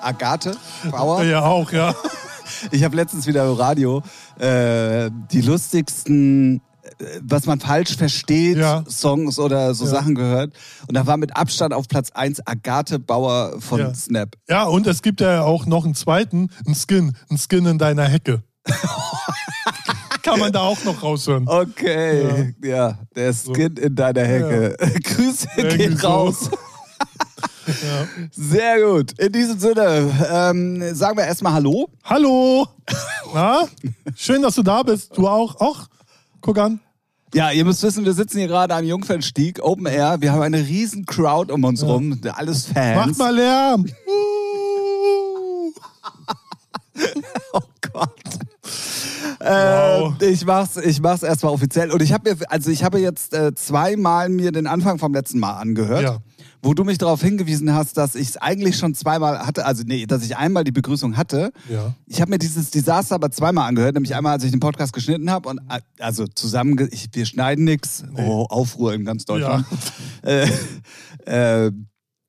Agathe Bauer. Ja, auch, ja. Ich habe letztens wieder im Radio äh, die lustigsten, äh, was man falsch versteht, Ja. Songs oder so Ja. Sachen gehört. Und da war mit Abstand auf Platz 1 Agathe Bauer von Ja. Snap. Ja, und es gibt ja auch noch einen zweiten, einen Skin, einen Skin in deiner Hecke. Kann man da auch noch Oh. raushören. Okay, ja, der Skin in deiner Hecke. Grüße Irgendwie gehen so. raus. Ja. Sehr gut. In diesem Sinne, ähm, sagen wir erstmal Hallo. Hallo! Na? Schön, dass du da bist. Du auch. Och, guck an. Ja, ihr müsst wissen, wir sitzen hier gerade am Jungfernstieg, Open Air. Wir haben eine riesen Crowd um uns rum, alles Fans. Mach mal Lärm. Oh Gott. Äh, Ich mach's, ich mach's erstmal offiziell. Und ich habe mir, also ich habe jetzt äh, zweimal mir den Anfang vom letzten Mal angehört, Ja. wo du mich darauf hingewiesen hast, dass ich es eigentlich schon zweimal hatte, also nee, dass ich einmal die Begrüßung hatte. Ja. Ich habe mir dieses Desaster aber zweimal angehört, nämlich einmal, als ich den Podcast geschnitten habe und äh, also zusammen, ich, wir schneiden nichts. Oh, Aufruhr in ganz Deutschland. Äh, äh,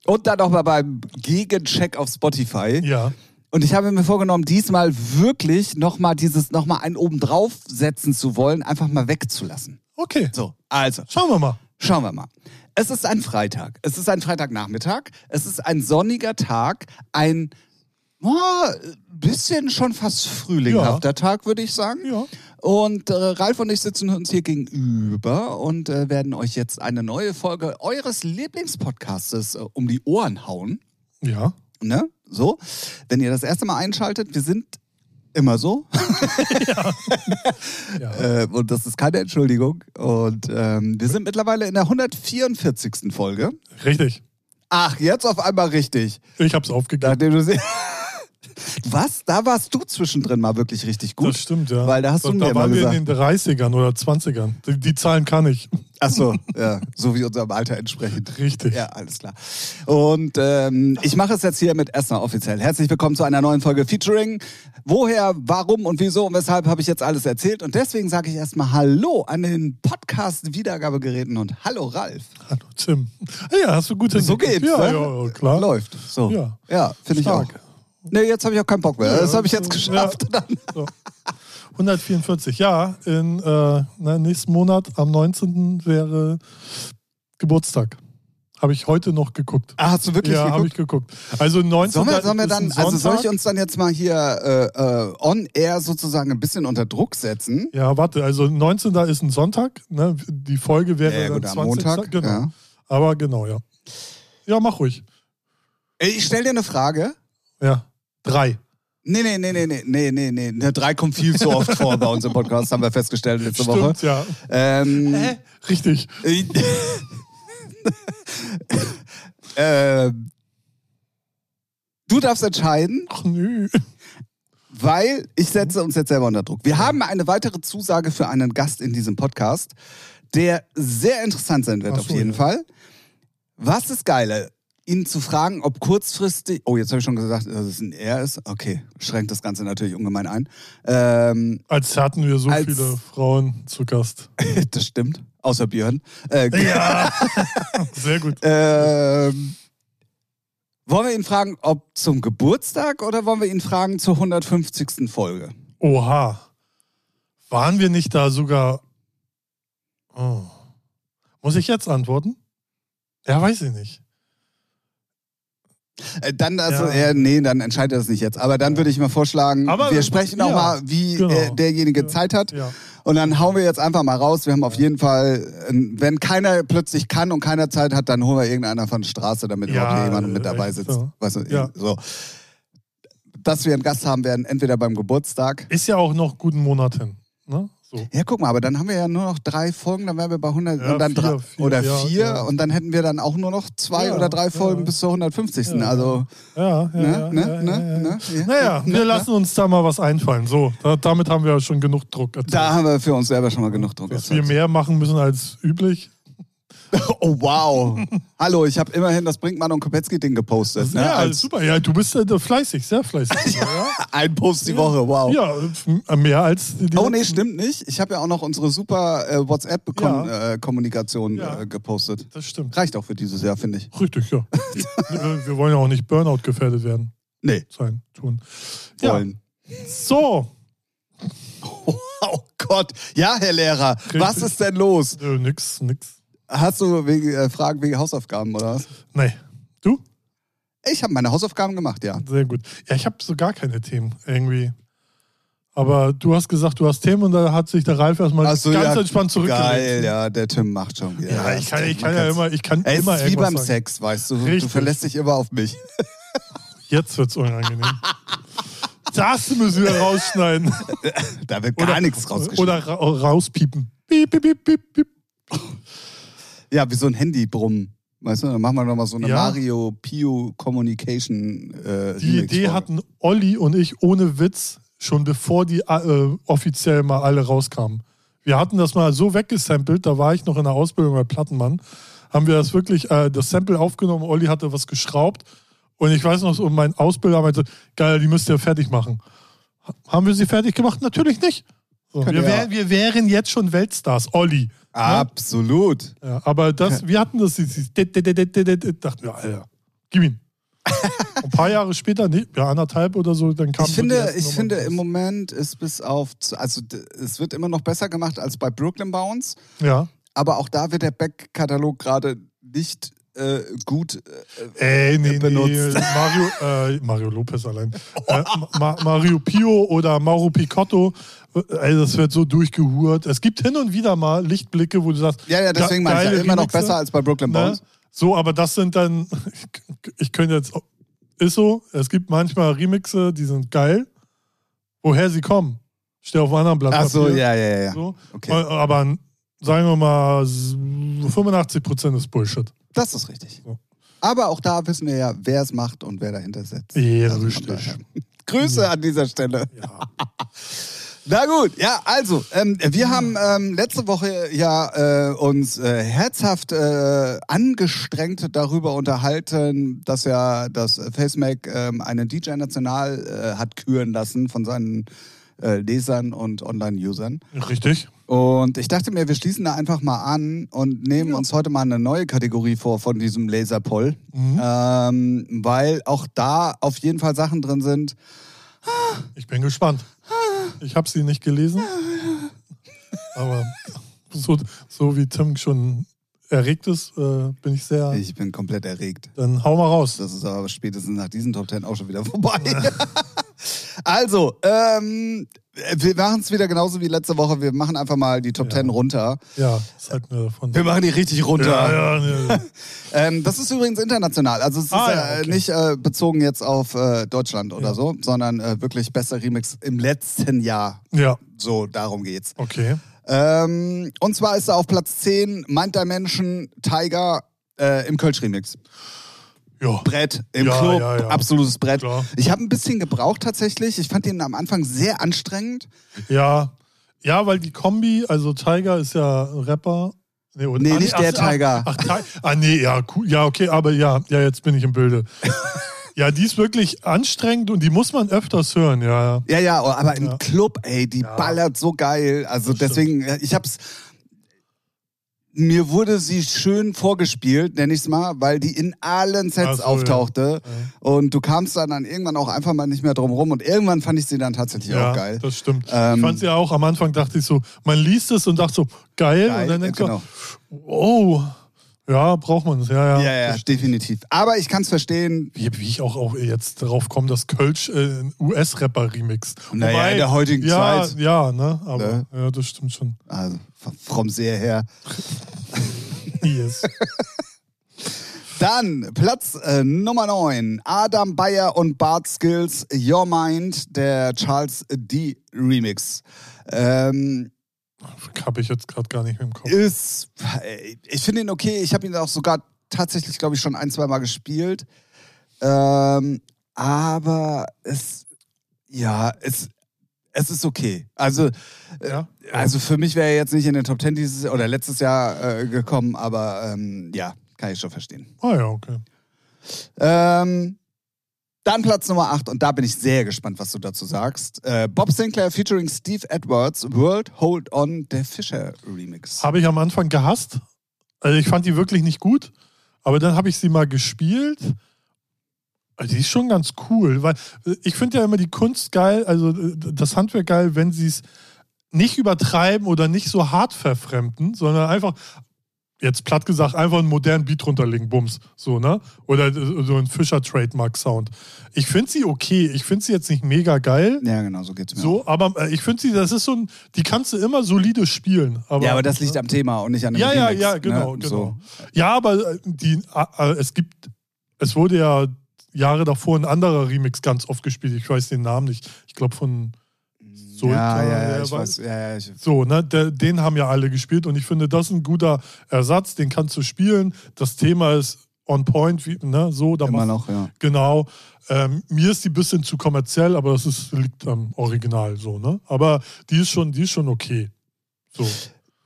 und dann nochmal beim Gegencheck auf Spotify. Ja. Und ich habe mir vorgenommen, diesmal wirklich nochmal dieses, nochmal einen oben drauf setzen zu wollen, einfach mal wegzulassen. Okay. So, also, Schauen wir mal. schauen wir mal. Es ist ein Freitag. Es ist ein Freitagnachmittag. Es ist ein sonniger Tag. Ein oh, bisschen schon fast frühlinghafter Tag, würde ich sagen. Ja. Und äh, Ralf und ich sitzen uns hier gegenüber und äh, werden euch jetzt eine neue Folge eures Lieblingspodcastes äh, um die Ohren hauen. Ja. Ne? So. Wenn ihr das erste Mal einschaltet, wir sind immer so. ja. Äh, und das ist keine Entschuldigung. Und ähm, wir sind mittlerweile in der 144. Folge. Richtig. Ach, jetzt auf einmal richtig. Ich hab's aufgegeben. Nachdem du sie- Was? Da warst du zwischendrin mal wirklich richtig gut. Das stimmt, ja. Weil da hast du da mir mal waren wir in gesagt. den 30ern oder 20ern. Die, die Zahlen kann ich. Ach so, ja, so wie unserem Alter entsprechend. Richtig. Ja, alles klar. Und ähm, ich mache es jetzt hier mit Esner offiziell. Herzlich willkommen zu einer neuen Folge Featuring. Woher, warum und wieso und weshalb habe ich jetzt alles erzählt. Und deswegen sage ich erstmal Hallo an den Podcast-Wiedergabegeräten und Hallo Ralf. Hallo, Tim. Ja, hast du gut So hingekriegt. geht's, Ja, ne? ja, ja, klar. Läuft. So. Ja. finde ich auch. Stark. Nee, jetzt habe ich auch keinen Bock mehr. Ja, das habe ich jetzt ja. geschafft. Dann. So. 144, ja. In, äh, na, nächsten Monat am 19. wäre Geburtstag. Habe ich heute noch geguckt. Ah, hast du wirklich ja, habe geguckt? ich geguckt. Also 19. Sollen wir, sollen wir ist ein dann, also soll ich Sonntag. uns dann jetzt mal hier äh, äh, on air sozusagen ein bisschen unter Druck setzen? Ja, warte, also 19. ist ein Sonntag. Ne? Die Folge wäre Ja, ja, dann gut, am 20. Montag, Genau. ja. Aber genau, ja. Ja, mach ruhig. Ey, Ich stell dir eine Frage. Ja. Drei. Nee, nee, nee, nee, nee, nee, nee, nee. Eine 3 kommt viel zu oft vor bei uns im Podcast, haben wir festgestellt letzte Woche. Stimmt, ja. Ähm, Richtig. ähm, du darfst entscheiden, Ach nö. weil ich setze uns jetzt selber unter Druck. Wir haben eine weitere Zusage für einen Gast in diesem Podcast, der sehr interessant sein wird, Ach auf so, jeden ja. Fall. Was ist geiler? Ihn zu fragen, ob kurzfristig. Oh, jetzt habe ich schon gesagt, dass es ein Er ist. Okay, schränkt das Ganze natürlich ungemein ein. Ähm, Als hatten wir so Als- viele Frauen zu Gast. Das stimmt. Außer Björn. Äh, Ja. Sehr gut. ähm, wollen wir ihn fragen, ob zum Geburtstag oder wollen wir ihn fragen zur 150. Folge? Oha. Waren wir nicht da sogar. Oh. Muss ich jetzt antworten? Ja, weiß ich nicht. Äh, dann, also, Ja. ja. nee, dann entscheidet er das nicht jetzt. Aber dann würde ich mal vorschlagen, Aber- wir sprechen auch ja, mal, wie genau. äh, derjenige Ja, Zeit hat. Ja. Und dann hauen wir jetzt einfach mal raus. Wir haben auf jeden Fall, äh, wenn keiner plötzlich kann und keiner Zeit hat, dann holen wir irgendeiner von der Straße, damit Ja, überhaupt jemand äh, mit dabei echt sitzt. so. Weißt du, Ja. so. Dass wir einen Gast haben werden, entweder beim Geburtstag Ist ja auch noch guten Monat hin. Ne? So. Ja, guck mal, aber dann haben wir ja nur noch drei Folgen, dann wären wir bei 100 Ja, und dann vier, drei- vier, oder ja, vier ja. und dann hätten wir dann auch nur noch zwei Ja, oder drei ja. Folgen bis zur 150. Ja. Also, Ja, ja, ne, ja, ne, ja, ne, ja, ja. ne, ja. Naja, Ne, wir lassen uns da mal was einfallen. So, da, damit haben wir ja schon genug Druck erzeugt. da haben wir für uns selber schon mal genug Druck. dass wir erzeugt. mehr machen müssen als üblich. Oh, wow. Hallo, ich habe immerhin das Brinkmann und Kopetzky-Ding gepostet. Ne? ja, Als super. Ja, du bist äh, fleißig, sehr fleißig. ja. ein Post die Woche, wow. Ja, f- mehr als die. die Oh nee, letzten. stimmt nicht. Ich habe ja auch noch unsere super äh, WhatsApp-Kommunikation Ja. äh, gepostet. Das stimmt. Reicht auch für dieses Jahr, finde ich. äh, Richtig, ja. wir wir wollen ja auch nicht Burnout gefährdet werden. Nee. sein, tun. Ja, Wollen. so. Oh Gott. Ja, Herr Lehrer, was ist denn los? Nö, nix, nix. Hast du wegen, äh, Fragen wegen Hausaufgaben oder was? Nee. Du? Ich habe meine Hausaufgaben gemacht, ja. Sehr gut. Ja, ich habe so gar keine Themen irgendwie. Aber du hast gesagt, du hast Themen und da hat sich der Ralf erstmal Ach so, ganz ja, entspannt zurückgelegt. Geil, ja, der Tim macht schon wieder. Ja, ich kann, ich kann man ja kann's- immer, ich kann Ey, Es immer ist wie beim irgendwas sagen. Sex, weißt du. Du Richtig. verlässt dich immer auf mich. Jetzt wird's unangenehm. Das müssen wir rausschneiden. Da wird gar nichts rausgeschnitten. Oder ra rauspiepen. Piep, piep, piep, piep, piep. Ja, wie so ein Handy-Brumm. Weißt du, dann machen wir nochmal so eine Ja. Mario Pio Communication äh, Die Remix Idee ne? vor. hatten Olli und ich ohne Witz schon bevor die äh, offiziell mal alle rauskamen. Wir hatten das mal so weggesampelt, da war ich noch in der Ausbildung bei Plattenmann, haben wir das wirklich, äh, das Sample aufgenommen, Olli hatte was geschraubt und ich weiß noch, so, mein Ausbilder meinte, geil, die müsst ihr fertig machen. Ha- Haben wir sie fertig gemacht? Natürlich nicht. So, Könnte wir, ja. Ah, wär, wir wären jetzt schon Weltstars, Olli. ne? Absolut. Ja, aber das, wir hatten das, dieses dit, dit, dit, dit, dit, dit, dachten wir, Alter, gib ihn. Ein paar Jahre später, nee, ja, anderthalb oder so, dann kam Ich so die finde, ersten ich Nummern finde, raus. im Moment ist bis auf, zu- also d- es wird immer noch besser gemacht als bei Brooklyn Bounce, Ja. aber auch da wird der Back-Katalog gerade nicht äh, gut. Äh, Ey, nee, benutzt. nee. Mario, äh, Mario Lopez allein. Äh, Ma Mario Pio oder Mauro Picotto, Äh, ey, das wird so durchgehurt. Es gibt hin und wieder mal Lichtblicke, wo du sagst, ja, ja, deswegen meine ich ja geile immer noch Remixe. besser als bei Brooklyn Ne? Bounce. So, aber das sind dann, ich könnte jetzt, ist so, es gibt manchmal Remixe, die sind geil. Woher sie kommen, steht auf einem anderen Blatt. Ach so, Papier. ja, ja, ja. So. Äh, Okay, Aber sagen wir mal, 85% ist Bullshit. das ist richtig. So. Aber auch da wissen wir ja, wer es macht und wer dahinter sitzt. Also Ja, von richtig. daher. Grüße an dieser Stelle. Ja. Na gut, ja, also, ähm, wir haben ähm, letzte Woche ja äh, uns äh, herzhaft äh, angestrengt darüber unterhalten, dass ja das Facemac ähm, einen DJ National äh, hat küren lassen von seinen äh, Lesern und Online-Usern. Richtig. Und ich dachte mir, wir schließen da einfach mal an und nehmen uns heute mal eine neue Kategorie vor von diesem Laserpoll, ähm, weil auch da auf jeden Fall Sachen drin sind, Ich bin gespannt. Ich habe sie nicht gelesen. Aber so, so wie Tim schon erregt ist, äh, bin ich sehr. ich bin komplett erregt. Dann hau mal raus. Das ist aber spätestens nach diesen Top Ten auch schon wieder vorbei. also, ähm, wir machen es wieder genauso wie letzte Woche. Wir machen einfach mal die Top Ja. Ten runter. Ja, sag mir davon. Wir machen die richtig runter. Ja, ja, ja. Ähm, das ist übrigens international. Also es ist Ah, ja, äh, okay. nicht äh, bezogen jetzt auf äh, Deutschland oder Ja. so, sondern äh, wirklich bester Remix im letzten Jahr. ja, So, darum geht's. okay. Ähm, und zwar ist er auf Platz 10, Mind Dimension, Tiger äh, im Kölsch-Remix. Ja. Brett im Ja, Club, ja, ja. absolutes Brett. Klar. Ich habe ein bisschen gebraucht tatsächlich. Ich fand ihn am Anfang sehr anstrengend. Ja. Ja, weil die Kombi, also Tiger ist ja Rapper. Nee, und- Nee, nicht der Tiger. Ach, Ti- ah, nee, ja, cool. Ja, okay, aber ja, ja, jetzt bin ich im Bilde. ja, die ist wirklich anstrengend und die muss man öfters hören, ja. ja. Ja, ja, oh, aber im Ja. Club, ey, die Ja. ballert so geil. Also Das deswegen, ich hab's. Mir wurde sie schön vorgespielt, nenn ich's mal, weil die in allen Sets Ach so, ja. auftauchte. Ja. Und du kamst dann, dann irgendwann auch einfach mal nicht mehr drum rum. Und irgendwann fand ich sie dann tatsächlich auch geil. Das stimmt. Ähm, ich fand sie ja auch am Anfang, dachte ich so, man liest es und dachte so, geil. Geil, und dann ja, denkt genau. man, oh, ja, braucht man es, ja, ja. Ja, ja, definitiv. Aber ich kann's verstehen. Wie, wie ich auch, auch jetzt darauf komme, dass Kölsch äh, ein US-Rapper-Remix. Naja, Wobei- in der heutigen ja, Zeit. Ja, ne, aber Ne? Ja, das stimmt schon. Also, vom See her. Yes. Dann Platz äh, Nummer 9. Adam Bayer und Bart Skills Your Mind, der Charles D. Remix. Ähm, Habe ich jetzt gerade gar nicht im Kopf. ist, äh, ich finde ihn okay. Ich habe ihn auch sogar tatsächlich, glaube ich, schon ein, zwei Mal gespielt. Ähm, aber es, ja, es, es ist okay. Also, Ja. also für mich wäre er jetzt nicht in den Top Ten dieses oder letztes Jahr äh, gekommen, aber ähm, ja, kann ich schon verstehen. Ah ja, okay. Ähm, dann Platz Nummer 8 und da bin ich sehr gespannt, was du dazu sagst. Äh, Bob Sinclair featuring Steve Edwards, World Hold On, der Fischer Remix. Habe ich am Anfang gehasst. Also ich fand die wirklich nicht gut, aber dann habe ich sie mal gespielt Also die ist schon ganz cool, weil äh, ich finde ja immer die Kunst geil, also äh, das Handwerk geil, wenn sie es nicht übertreiben oder nicht so hart verfremden, sondern einfach, jetzt platt gesagt, einfach einen modernen Beat runterlegen, Bums, so, ne? Oder äh, so ein Fischer-Trademark-Sound. Ich finde sie okay, ich finde sie jetzt nicht mega geil, Ja, genau, so geht's mir. auch. so, aber äh, ich finde sie, das ist so ein, die kannst du immer solide spielen. Aber, ne? ja, aber das liegt am Thema und nicht an dem ja, ja, Remix, ja, ne? genau, Und genau. So. Ja, aber äh, die, äh, es gibt, es wurde ja Jahre davor ein anderer Remix ganz oft gespielt. Ich weiß den Namen nicht. Ich glaube von so ja, klar, ja, ja, ja, ich weil- weiß. Ja, ja, ich, so, ne, der, den haben ja alle gespielt und ich finde, das ist ein guter Ersatz, den kannst du spielen. Das Thema ist on point, wie, ne, so, da immer machst- noch, ja. Genau. Ähm, mir ist die ein bisschen zu kommerziell, aber das ist, liegt am Original so, ne? Aber die ist schon, die ist schon okay. So.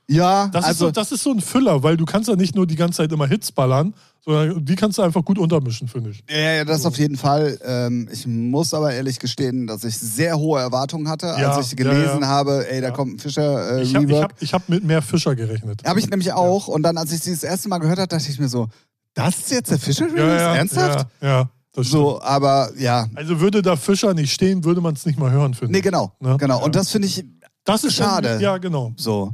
Ja, Das, also ist so, das ist so ein Füller, weil du kannst ja nicht nur die ganze Zeit immer Hits ballern, sondern die kannst du einfach gut untermischen, finde ich. Ja, ja, das auf jeden Fall. Ähm, ich muss aber ehrlich gestehen, dass ich sehr hohe Erwartungen hatte, Ja, als ich ja, ja. gelesen habe, ey, da Ja. kommt ein Fischer äh, Ich habe ich Rework. hab, ich hab mit mehr Fischer gerechnet. Habe ich nämlich auch. Und dann, als ich sie das erste Mal gehört habe, dachte ich mir so, das ist jetzt der Fischer Remix? Ernsthaft? Ja, ja das stimmt. so, aber ja. Also würde da Fischer nicht stehen, würde man es nicht mal hören, finde Nee, ich. genau. Ne? Genau. Und Ja. das finde ich Das ist schade. Schon, ja, genau. so.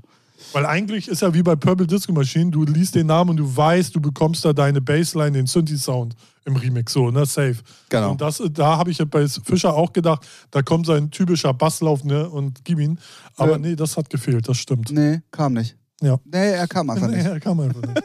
Weil eigentlich ist ja wie bei Purple Disco Machine, du liest den Namen und du weißt, du bekommst da deine Bassline, den Synthi-Sound im Remix, so, ne, safe. Genau. Und das, da habe ich ja bei Fischer auch gedacht, da kommt sein typischer Basslauf, ne, und gib ihn. Aber Ja. nee, das hat gefehlt, das stimmt. Nee, kam nicht. Ja. Nee, er kam einfach nicht. Ja, kann man einfach nicht.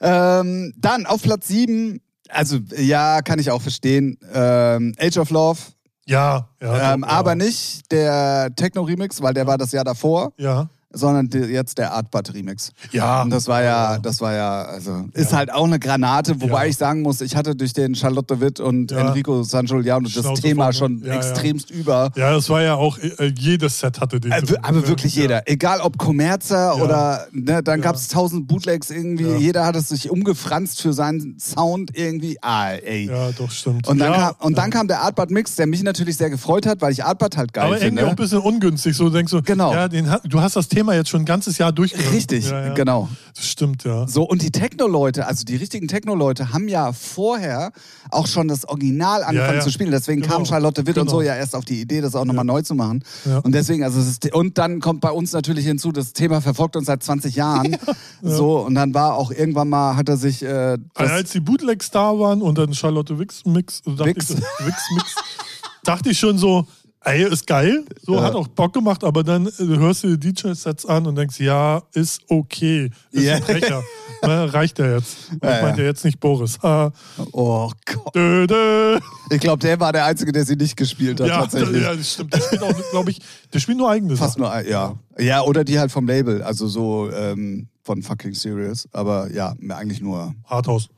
Ähm, dann auf Platz 7, also ja, kann ich auch verstehen. Ähm, Age of Love, ja, ja. ähm, ja. aber nicht der Techno-Remix, weil der war das Jahr davor. Ja. sondern die, jetzt der Art Bud Remix. Ja. Und das war ja, Ja. das war ja, also ist Ja. halt auch eine Granate, wobei Ja. ich sagen muss, ich hatte durch den Charlotte Witt und Ja. Enrico Sangiuliano das Schnauze Thema vorne. schon Ja, ja. extremst über. Ja, das war ja auch, äh, jedes Set hatte den. ne? Äh, w- drin. Aber wirklich Ja. jeder. Egal ob Kommerzer Ja. oder ne, dann Ja. gab's tausend Bootlegs irgendwie, Ja. jeder hat es sich umgefranst für seinen Sound irgendwie. Ah, ey. Ja, doch, stimmt. Und dann, ja, kam, und dann kam der Artbud Mix, der mich natürlich sehr gefreut hat, weil ich Artbud halt geil Aber irgendwie finde. auch ein bisschen ungünstig, so denkst du, Genau. ja, den, ha- du hast das Thema jetzt schon ein ganzes Jahr durchgeführt. Richtig, ja, ja. genau. Das stimmt, ja. So, und die Techno-Leute, also die richtigen Techno-Leute, haben ja vorher auch schon das Original angefangen ja. zu spielen. Deswegen kam Genau. Charlotte Witt und Genau. so ja erst auf die Idee, das auch nochmal neu zu machen. Ja. Und deswegen, also, es ist, und dann kommt bei uns natürlich hinzu, das Thema verfolgt uns seit 20 Jahren. So, und dann war auch irgendwann mal, hat er sich, äh, Weil das, als die Bootlegs da waren und dann Charlotte Wix Mix, dachte, Wix. Ich, so- Wix Mix, dachte ich schon so, ey, ist geil, so Ja. hat auch Bock gemacht, aber dann äh, hörst du die DJ-Sets an und denkst, ja, ist okay, ist Ja. ein Brecher. ne, reicht der jetzt? Und Ja, ich ja. meinte jetzt nicht Boris. Ha. oh Gott. Dö, dö. Ich glaube, der war der Einzige, der sie nicht gespielt hat, Ja, tatsächlich. ja, das stimmt. Der spielt auch, glaube ich, der spielt nur eigene Fast Sachen. nur, ein- ja. Ja, oder die halt vom Label, also so, ähm, von fucking Serious. Aber ja, eigentlich nur Harthaus.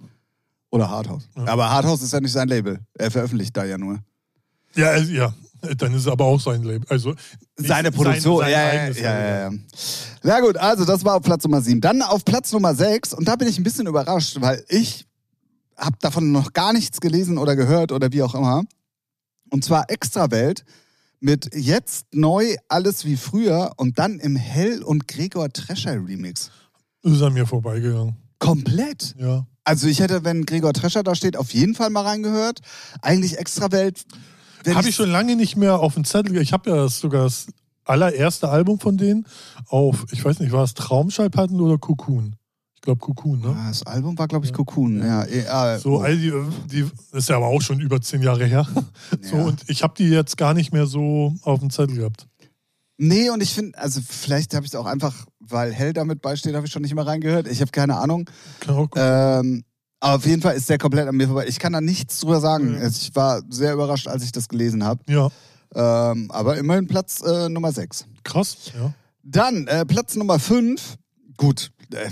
Oder Hardhouse. Aber Hardhouse ist ja nicht sein Label. Er veröffentlicht da ja nur. Ja, also, ja. Dann ist es aber auch sein Label. Also nicht Seine Produktion. sein- sein ja, ja, eigenes ja, Label. ja, ja. Na gut, also das war auf Platz Nummer 7. Dann auf Platz Nummer 6, und da bin ich ein bisschen überrascht, weil ich habe davon noch gar nichts gelesen oder gehört oder wie auch immer. Und zwar Extrawelt mit jetzt neu alles wie früher und dann im Hell und Gregor Trescher Remix. Ist an mir vorbeigegangen. Komplett. Ja. Also ich hätte, wenn Gregor Trescher da steht, auf jeden Fall mal reingehört. Eigentlich Extrawelt. wenn Habe ich schon lange nicht mehr auf dem Zettel. Ich habe ja das sogar das allererste Album von denen auf, ich weiß nicht, war es Traumschallplatten oder Cocoon? Ich glaube Cocoon, ne? Ah, das Album war, glaube ich, Cocoon. Ja, eh, äh, So, all die, die ist ja aber auch schon über zehn Jahre her. So, Ja. und ich habe die jetzt gar nicht mehr so auf dem Zettel gehabt. nee, und ich finde, also vielleicht habe ich es auch einfach, weil Hell damit beisteht, habe ich schon nicht mehr reingehört. Ich habe keine Ahnung. Kann auch Ähm, aber auf jeden Fall ist der komplett an mir vorbei. Ich kann da nichts drüber sagen. Mhm. Also Ich war sehr überrascht, als ich das gelesen habe. ja, Ähm, aber immerhin Platz äh, Nummer 6. krass. Ja. Dann äh, Platz Nummer 5. Gut. Äh,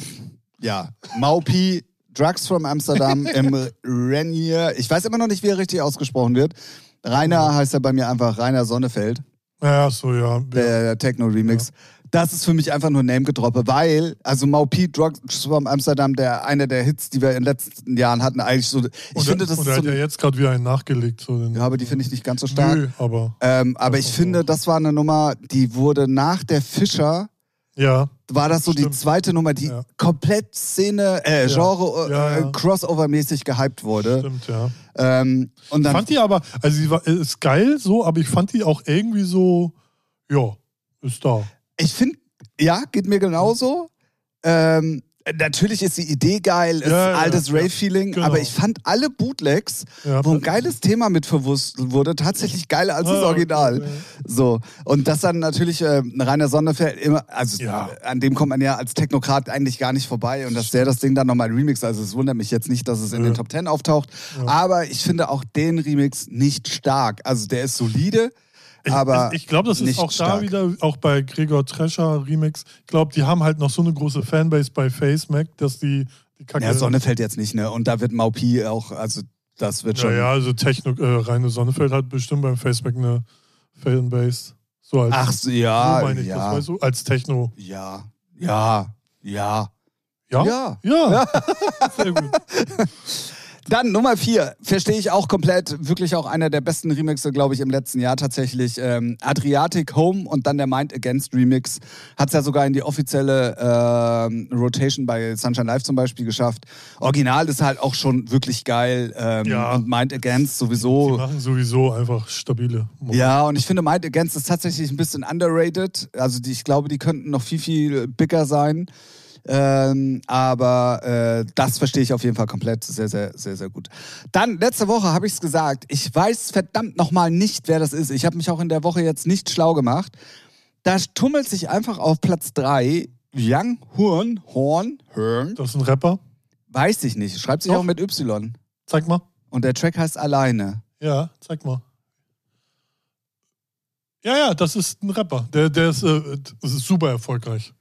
ja, Maupi, Drugs from Amsterdam im Renier. Ich weiß immer noch nicht, wie er richtig ausgesprochen wird. Rainer heißt er bei mir einfach Rainer Sonnefeld. Ja, so, ja. der, der Techno-Remix. Das ist für mich einfach nur Name-Gedroppe, weil, also Maupi Drugs from Amsterdam, der einer der Hits, die wir in den letzten Jahren hatten, eigentlich so. Ich und finde, er, das und ist er so. hat ja Ein, jetzt gerade wieder einen nachgelegt. So den, ja, aber die finde ich nicht ganz so stark. Nö, aber Ähm, aber ich auch finde, so. das war eine Nummer, die wurde nach der Fischer, ja. war das so Stimmt. die zweite Nummer, die Ja. komplett Szene, äh, Genre, äh, Ja, ja. Crossover-mäßig gehypt wurde. Stimmt, ja. Ähm, und Ich dann fand die aber, also sie war, ist geil so, aber ich fand die auch irgendwie so, ja, ist da. Ich finde, ja, geht mir genauso. Ähm, natürlich ist die Idee geil, ist Ja, ja, altes ja, Rave-Feeling, genau. aber ich fand alle Bootlegs, Ja. wo ein geiles Thema mit verwurstelt wurde, tatsächlich geiler als das Ah, Original. okay. So. Und das dann natürlich äh, Rainer Sonderfeld immer, also Ja. an dem kommt man ja als Technokrat eigentlich gar nicht vorbei und dass der das Ding dann nochmal remix, also es wundert mich jetzt nicht, dass es in Ja. den Top Ten auftaucht, aber ich finde auch den Remix nicht stark. Also der ist solide, aber ich, ich glaube, das ist nicht auch da stark. wieder, auch bei Gregor Trescher Remix. Ich glaube, die haben halt noch so eine große Fanbase bei Face Mac, dass die, die Kacke. Ja, Sonne fällt jetzt nicht, ne? Und da wird Maupi auch, also das wird ja, schon. ja, also Techno, äh, Reine Sonnefeld hat bestimmt beim Face Mac eine Fanbase. So als, Ach, so, ja, so meine ich das, ja, weißt du, als Techno. ja, ja, ja, Ja? ja. Ja. Sehr gut. Dann Nummer vier, verstehe ich auch komplett, wirklich auch einer der besten Remixe, glaube ich, im letzten Jahr tatsächlich. Ähm, Adriatic Home und dann der Mind Against Remix. Hat es ja sogar in die offizielle ähm, Rotation bei Sunshine Live zum Beispiel geschafft. Original ist halt auch schon wirklich geil. Ähm, Ja. Und Mind Against Die sowieso. machen sowieso einfach stabile Mucke. Ja, und ich finde Mind Against ist tatsächlich ein bisschen underrated. Also die, ich glaube, die könnten noch viel, viel bigger sein. Ähm, aber äh, das verstehe ich auf jeden Fall komplett sehr, sehr, sehr, sehr gut. Dann, letzte Woche habe ich es gesagt, ich weiß verdammt nochmal nicht, wer das ist. Ich habe mich auch in der Woche jetzt nicht schlau gemacht. Da tummelt sich einfach auf Platz 3 Young Horn, Horn, Horn, Das ist ein Rapper. weiß ich nicht, schreibt sich Doch. auch mit Y. Zeig mal. Und der Track heißt Alleine. Ja, zeig mal. Ja, ja, das ist ein Rapper. Der, der ist, äh, das ist super erfolgreich.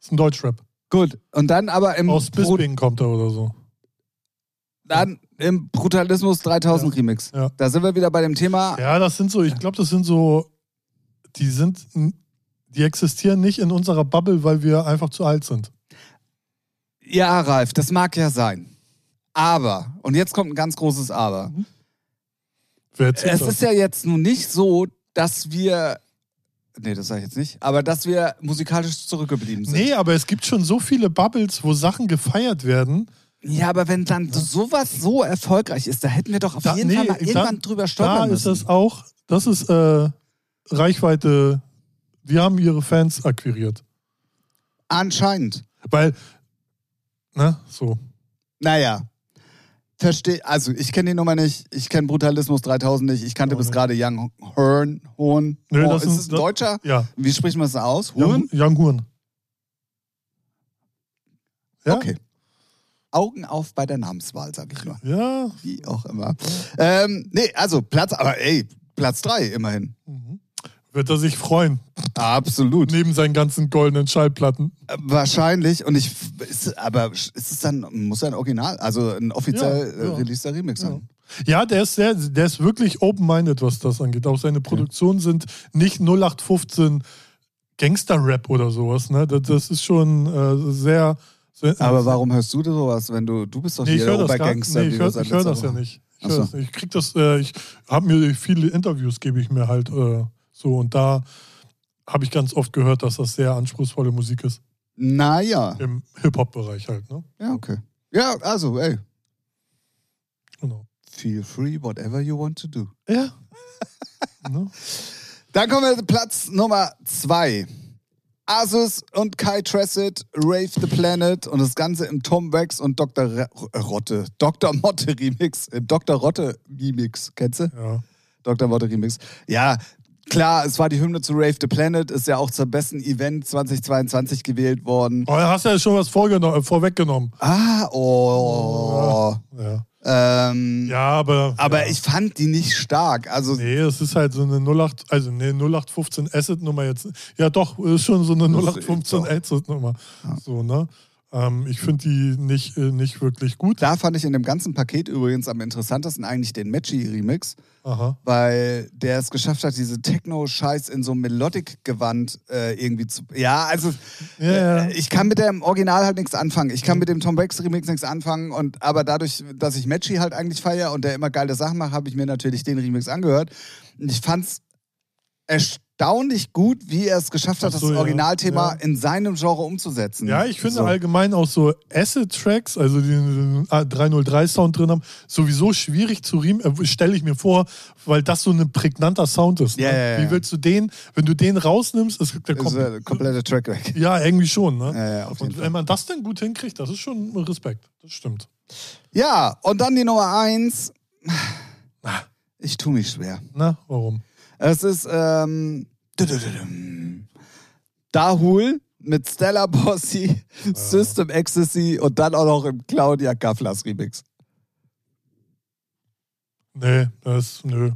Ist ein Deutschrap. Gut, und dann aber im Aus Pro- Bisping kommt er oder so. Dann im Brutalismus 3000 Remix. Ja. Da sind wir wieder bei dem Thema. Ja, das sind so, ich glaube, das sind so, die sind, die existieren nicht in unserer Bubble, weil wir einfach zu alt sind. Ja, Ralf, das mag ja sein. Aber, und jetzt kommt ein ganz großes Aber. Mhm. Wer erzählt Es das? ist ja jetzt nun nicht so, dass wir. Nee, das sage ich jetzt nicht. Aber dass wir musikalisch zurückgeblieben sind. nee, aber es gibt schon so viele Bubbles, wo Sachen gefeiert werden. Ja, aber wenn dann sowas so erfolgreich ist, da hätten wir doch auf jeden Fall nee, mal irgendwann drüber da stolpern ist müssen. das auch, das ist äh, Reichweite, die haben ihre Fans akquiriert. Anscheinend. Weil, ne, so. Naja. Verstehe, also ich kenne die Nummer nicht, ich kenne Brutalismus 3000 nicht, ich kannte Auch bis nicht. gerade Young Horn, Horn. ne. Nö, Horn. das ist sind- es ein das- Deutscher? Ja. Wie spricht man das aus? Young, Huren? Young Huren. Ja? Okay. Augen auf bei der Namenswahl, sag ich nur. Ja. Wie auch immer. Ähm, nee, also Platz, aber ey, Platz 3 immerhin. Mhm. Wird er sich freuen. Absolut. Neben seinen ganzen goldenen Schallplatten. Äh, Wahrscheinlich. Und ich, ist, aber ist es dann, muss ein Original, also ein offiziell Ja, ja. äh, releaseder Remix Ja. sein? Ja, der ist, sehr, der ist wirklich open-minded, was das angeht. Auch seine Produktionen sind nicht 0815 Gangster-Rap oder sowas. Ne? Das, das ist schon äh, sehr, sehr. Aber warum hörst du sowas, wenn du, du bist doch Nee, ich hier höre der das, gar, nee, ich Obergangster? wie wir hör, seit ich hör letzter das ja Woche. nicht. Ich, Ach so. hör das nicht. ich krieg das, äh, ich habe mir viele Interviews, gebe ich mir halt äh, so. Und da habe ich ganz oft gehört, dass das sehr anspruchsvolle Musik ist. Naja. Im Hip-Hop-Bereich halt. Ne? Ja, okay. Ja, also, ey, Genau. feel free, whatever you want to do. Ja. ne? Dann kommen wir zu Platz Nummer zwei. Asus und Kai Tressett, Rave the Planet und das Ganze im Tom Wax und Dr. R Rotte, Dr. Motte Remix, im Dr. Rotte Remix, kennst du? Ja. Dr. Motte Remix. Ja, klar, es war die Hymne zu Rave the Planet, ist ja auch zum besten Event 2022 gewählt worden. Oh, da hast du ja schon was vorgeno- äh, vorweggenommen. Ah, oh. Ja. Ähm, Ja, aber. Aber ja. ich fand die nicht stark. Also, Nee, es ist halt so eine 08, also nee, 0815 Asset-Nummer jetzt. Ja, doch, ist schon so eine Das ist 0815 doch. Asset-Nummer. So, ne? Ähm, ich finde die nicht, äh, nicht wirklich gut. da fand ich in dem ganzen Paket übrigens am interessantesten eigentlich den Matchy-Remix. Aha. weil der es geschafft hat, diese Techno-Scheiß in so einem Melodic-Gewand äh, irgendwie zu. Ja, also Ja, ja. äh, ich kann mit dem Original halt nichts anfangen. Ich kann mit dem Tom Waits Remix nichts anfangen und aber dadurch, dass ich Matchy halt eigentlich feiere und der immer geile Sachen macht, habe ich mir natürlich den Remix angehört. Und ich fand's erst erstaunlich gut, wie er es geschafft hat, Ach so, das ja. Originalthema Ja. in seinem Genre umzusetzen. Ja, ich finde halt So. allgemein auch so Acid-Tracks, also die einen 303-Sound drin haben, sowieso schwierig zu riemen, äh, stelle ich mir vor, weil das so ein prägnanter Sound ist. Ja, ne? ja, ja. Wie willst du den, wenn du den rausnimmst, ist Das der kommt, ist der komplette Track weg. Ja, irgendwie schon. Ne? Ja, ja, auf jeden Und wenn man das dann gut hinkriegt, das ist schon Respekt. Das stimmt. Ja, und dann die Nummer eins. Ah. Ich tue mich schwer. Na, warum? Es ist ähm, dü-dü-dü-düm. Dahul mit Stella Bossi, System Ecstasy und dann auch noch im Claudia Gafflas Remix. Nee, das, nö.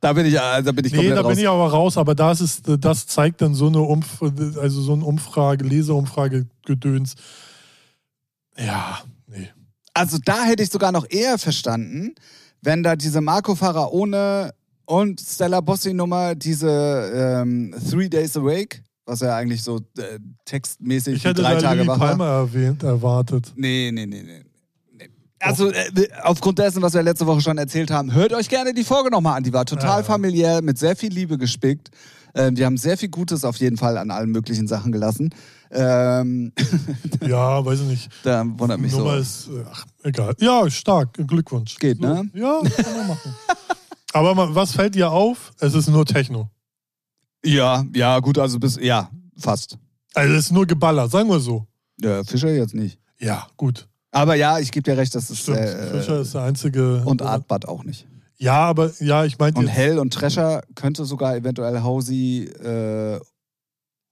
Da bin ich, also da bin ich Nee, komplett da raus. bin ich aber raus, aber das ist, das zeigt dann so eine Umf also so eine Umfrage, Leserumfrage-Gedöns. Ja, nee. also da hätte ich sogar noch eher verstanden, wenn da diese Marco Faraone und Stella Bossi Nummer, diese ähm, Three Days Awake, was ja eigentlich so äh, textmäßig Ich die hätte drei da Tage Lili wach war. Palmer erwähnt, erwartet. Nee, nee, nee, nee. nee. Also, äh, aufgrund dessen, was wir letzte Woche schon erzählt haben, hört euch gerne die Folge nochmal an. Die war total Ja. familiär, mit sehr viel Liebe gespickt. Ähm, wir haben sehr viel Gutes auf jeden Fall an allen möglichen Sachen gelassen. Ähm, Ja, weiß ich nicht. da wundert mich Nummer so. ist, äh, ach, egal. Ja, stark. Glückwunsch. Geht, so. ne? Ja, kann man machen. aber man, was fällt dir auf? Es ist nur Techno. Ja, ja, gut, also bis, ja, fast. Also es ist nur geballert, sagen wir so. Ja, Fischer jetzt nicht. Ja, gut. Aber ja, ich gebe dir recht, das ist. Stimmt. Fischer Äh, ist der einzige. und Artbad auch nicht. Ja, aber ja, ich meinte. Und Hell und Trescher könnte sogar eventuell Hausi, äh, äh,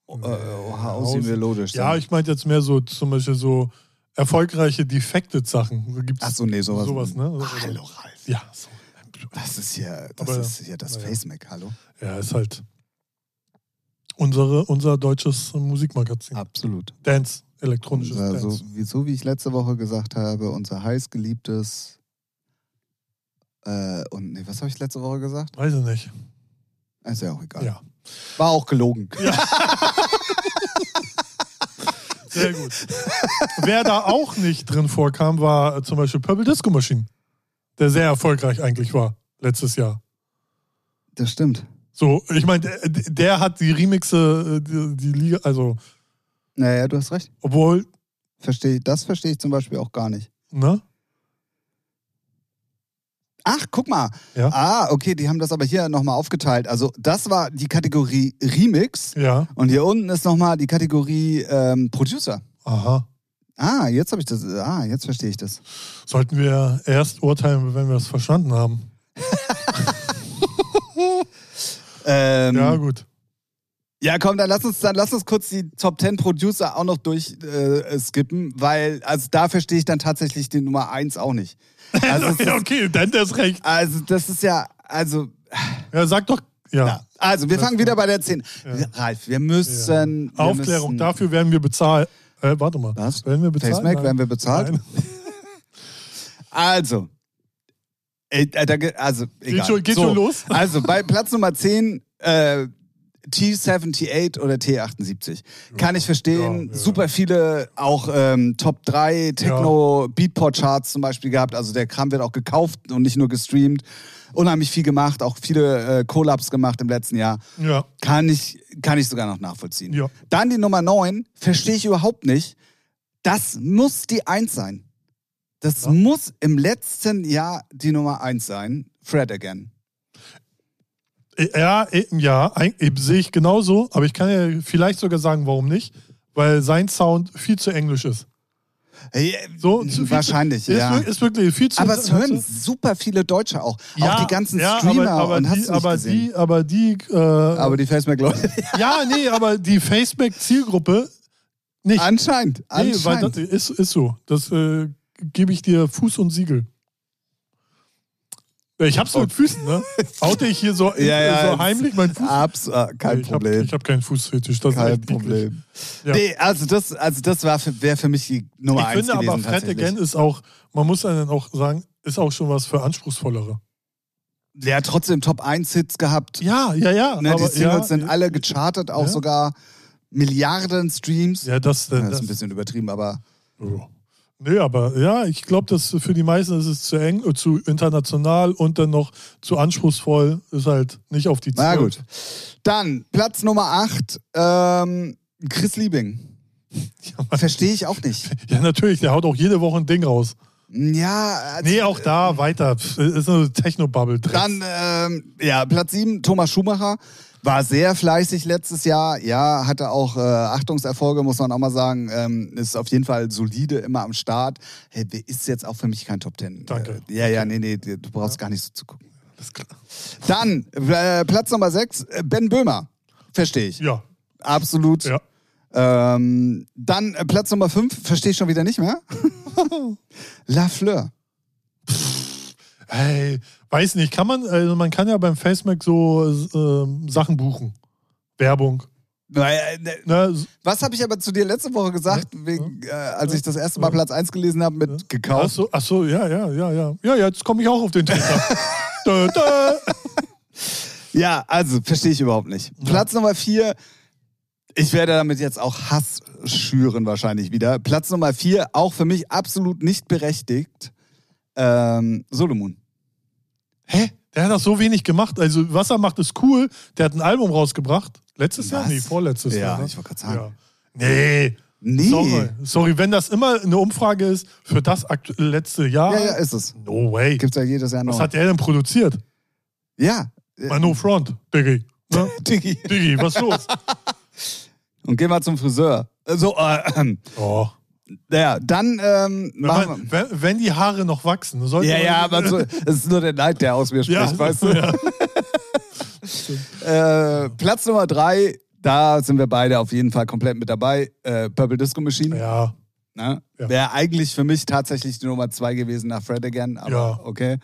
Hausi äh, Hausi. melodisch sein. Ja, ich meinte jetzt mehr so zum Beispiel so erfolgreiche Defected-Sachen. So gibt's Ach so, nee, sowas. sowas, ne? Ach, hallo, Ralf. Ja, so. Das ist hier, das Aber ja. ist hier das Aber ja. Facemac, hallo? Ja, ist halt unsere, unser deutsches Musikmagazin. Absolut. Dance, elektronisches Unser, Dance. so, wie, so wie ich letzte Woche gesagt habe, unser heißgeliebtes äh, und nee, was habe ich letzte Woche gesagt? Weiß ich nicht. Ist ja auch egal. Ja. War auch gelogen. Sehr gut. Wer da auch nicht drin vorkam, war äh, zum Beispiel Purple Disco Machine, der sehr erfolgreich eigentlich war letztes Jahr. Das stimmt. So, ich meine, der, der hat die Remixe, äh, die, die Liga, also, Naja, du hast recht. obwohl, Versteh, das verstehe ich zum Beispiel auch gar nicht. ne? Ach, guck mal. Ja. Ah, okay, die haben das aber hier nochmal aufgeteilt. Also, das war die Kategorie Remix Ja, und hier unten ist nochmal die Kategorie ähm, Producer. aha. Ah, jetzt habe ich das. Ah, jetzt verstehe ich das. Sollten wir erst urteilen, wenn wir es verstanden haben. Ähm, Ja, ja. gut. komm, dann lass uns dann lass uns kurz die Top 10 Producer auch noch durchskippen, äh, skippen, weil also da verstehe ich dann tatsächlich die Nummer 1 auch nicht. Also, es ist, okay, dann der ist recht. also das ist ja also Ja, sag doch, ja. ja. also wir fangen wieder bei der 10. Ralf, wir müssen wir Aufklärung, müssen, dafür werden wir bezahlt. Äh, warte mal. Was? Werden wir bezahlt? Facemac, Nein. werden wir bezahlt? Nein. Also äh, äh, da ge- also egal. schon- geht so, schon los? Also bei Platz Nummer 10 äh, T78 oder T78. Kann ich verstehen. Ja, ja. Super viele auch ähm, Top 3 Techno Beatport Charts zum Beispiel gehabt. Also der Kram wird auch gekauft und nicht nur gestreamt. Unheimlich viel gemacht, auch viele äh, Collabs gemacht im letzten Jahr. Ja. Kann ich, kann ich sogar noch nachvollziehen. Ja. Dann die Nummer 9, verstehe ich überhaupt nicht. Das muss die 1 sein. Das muss im letzten Jahr die Nummer 1 sein. Fred again. Ja, eben, ja, ein- eben, sehe ich genauso, aber ich kann ja vielleicht sogar sagen, warum nicht, weil sein Sound viel zu englisch ist. Hey, So, zu viel wahrscheinlich, zu, ist, ja. wir- ist wirklich viel zu aber es hören super viele Deutsche auch. ja, auch die ganzen ja, Streamer aber, aber und die, hast du nicht aber gesehen. die, aber die, äh, aber die Facebook-Leute. ja, nee, aber die Facebook-Zielgruppe nicht. anscheinend. nee, weil anscheinend. das ist, ist so. Das äh, gebe ich dir Fuß und Siegel. Ja, Ich hab's mit Füßen, ne? Haute ich hier so, äh, Ja, ja, so heimlich meinen Fuß. Abs ah, kein ich Problem. Hab, ich habe keinen Fußfetisch, das ist kein echt eklig. Problem. Ja. Nee, also das, also das war für, wäre für mich die Nummer Ich 1 finde gewesen. aber, Fred tatsächlich. Again ist auch, man muss dann auch sagen, ist auch schon was für Anspruchsvollere. Der hat trotzdem Top 1 Hits gehabt. Ja, ja, ja. ne, die aber, Singles ja, sind alle gechartet, auch Ja. sogar Milliarden Streams. Ja, das, Ja, das das, ist ein das bisschen übertrieben, aber ja. Nee, aber ja, ich glaube, dass für die meisten ist es zu eng, äh, zu international und dann noch zu anspruchsvoll. Ist halt nicht auf die Na Zwölf. gut. Dann Platz Nummer 8, ähm, Chris Liebing. Verstehe ich auch nicht. Ja, natürlich, der haut auch jede Woche ein Ding raus. Ja, also Nee, auch da weiter. Pff, Ist eine Technobubble drin. dann, ähm, ja, Platz 7, Thomas Schumacher. War sehr fleißig letztes Jahr. Ja, hatte auch äh, Achtungserfolge, muss man auch mal sagen. Ähm, ist auf jeden Fall solide, immer am Start. Hey, ist jetzt auch für mich kein Top Ten. Danke. Äh, ja, ja, nee, nee, du brauchst gar nicht so zu gucken. Alles klar. Dann äh, Platz Nummer 6, Ben Böhmer. Verstehe ich. Ja, Absolut. ja. Ähm, dann äh, Platz Nummer 5, verstehe ich schon wieder nicht mehr. La Fleur. Ey, weiß nicht, kann man, also man kann ja beim Facemac so ähm, Sachen buchen. Werbung. Naja, ne, Ne? s- Was habe ich aber zu dir letzte Woche gesagt, wegen, äh, als ich das erste Mal Ja. Platz 1 gelesen habe mit Ach gekauft? so, ach so, ja, ja, ja, ja. Ja, ja, jetzt komme ich auch auf den Trichter. dö, dö. Ja, also verstehe ich überhaupt nicht. Platz Nummer 4, ich werde damit jetzt auch Hass schüren wahrscheinlich wieder. Platz Nummer 4, auch für mich absolut nicht berechtigt, ähm, Solomon. Hä? Der hat das so wenig gemacht. Also Wasser macht es cool. Der hat ein Album rausgebracht. Letztes Jahr? Was? Nee, vorletztes Ja, Jahr. ne? ich wollte gerade sagen. Ja. Nee. Nee. Sorry. Sorry, wenn das immer eine Umfrage ist für das aktu- letzte Jahr. Ja, ja, Genau. ist es. No way. Gibt's ja jedes Jahr Was noch. hat der denn produziert? Ja. Mal no front, Diggi. Ne? Diggi. Diggi, was los? Und gehen wir zum Friseur. Also, So, äh, Oh. naja, dann ähm, machen Wenn, wir. man, wenn, wenn die Haare noch wachsen, sollte Ja, man- ja, aber so, es ist nur der Neid, der aus mir spricht, Ja, weißt du? ja. Äh, Platz Nummer drei, da sind wir beide auf jeden Fall komplett mit dabei. Äh, Purple Disco Machine. ja. Ne? Ja. Wäre eigentlich für mich tatsächlich die Nummer zwei gewesen nach Fred Again, aber Ja. okay.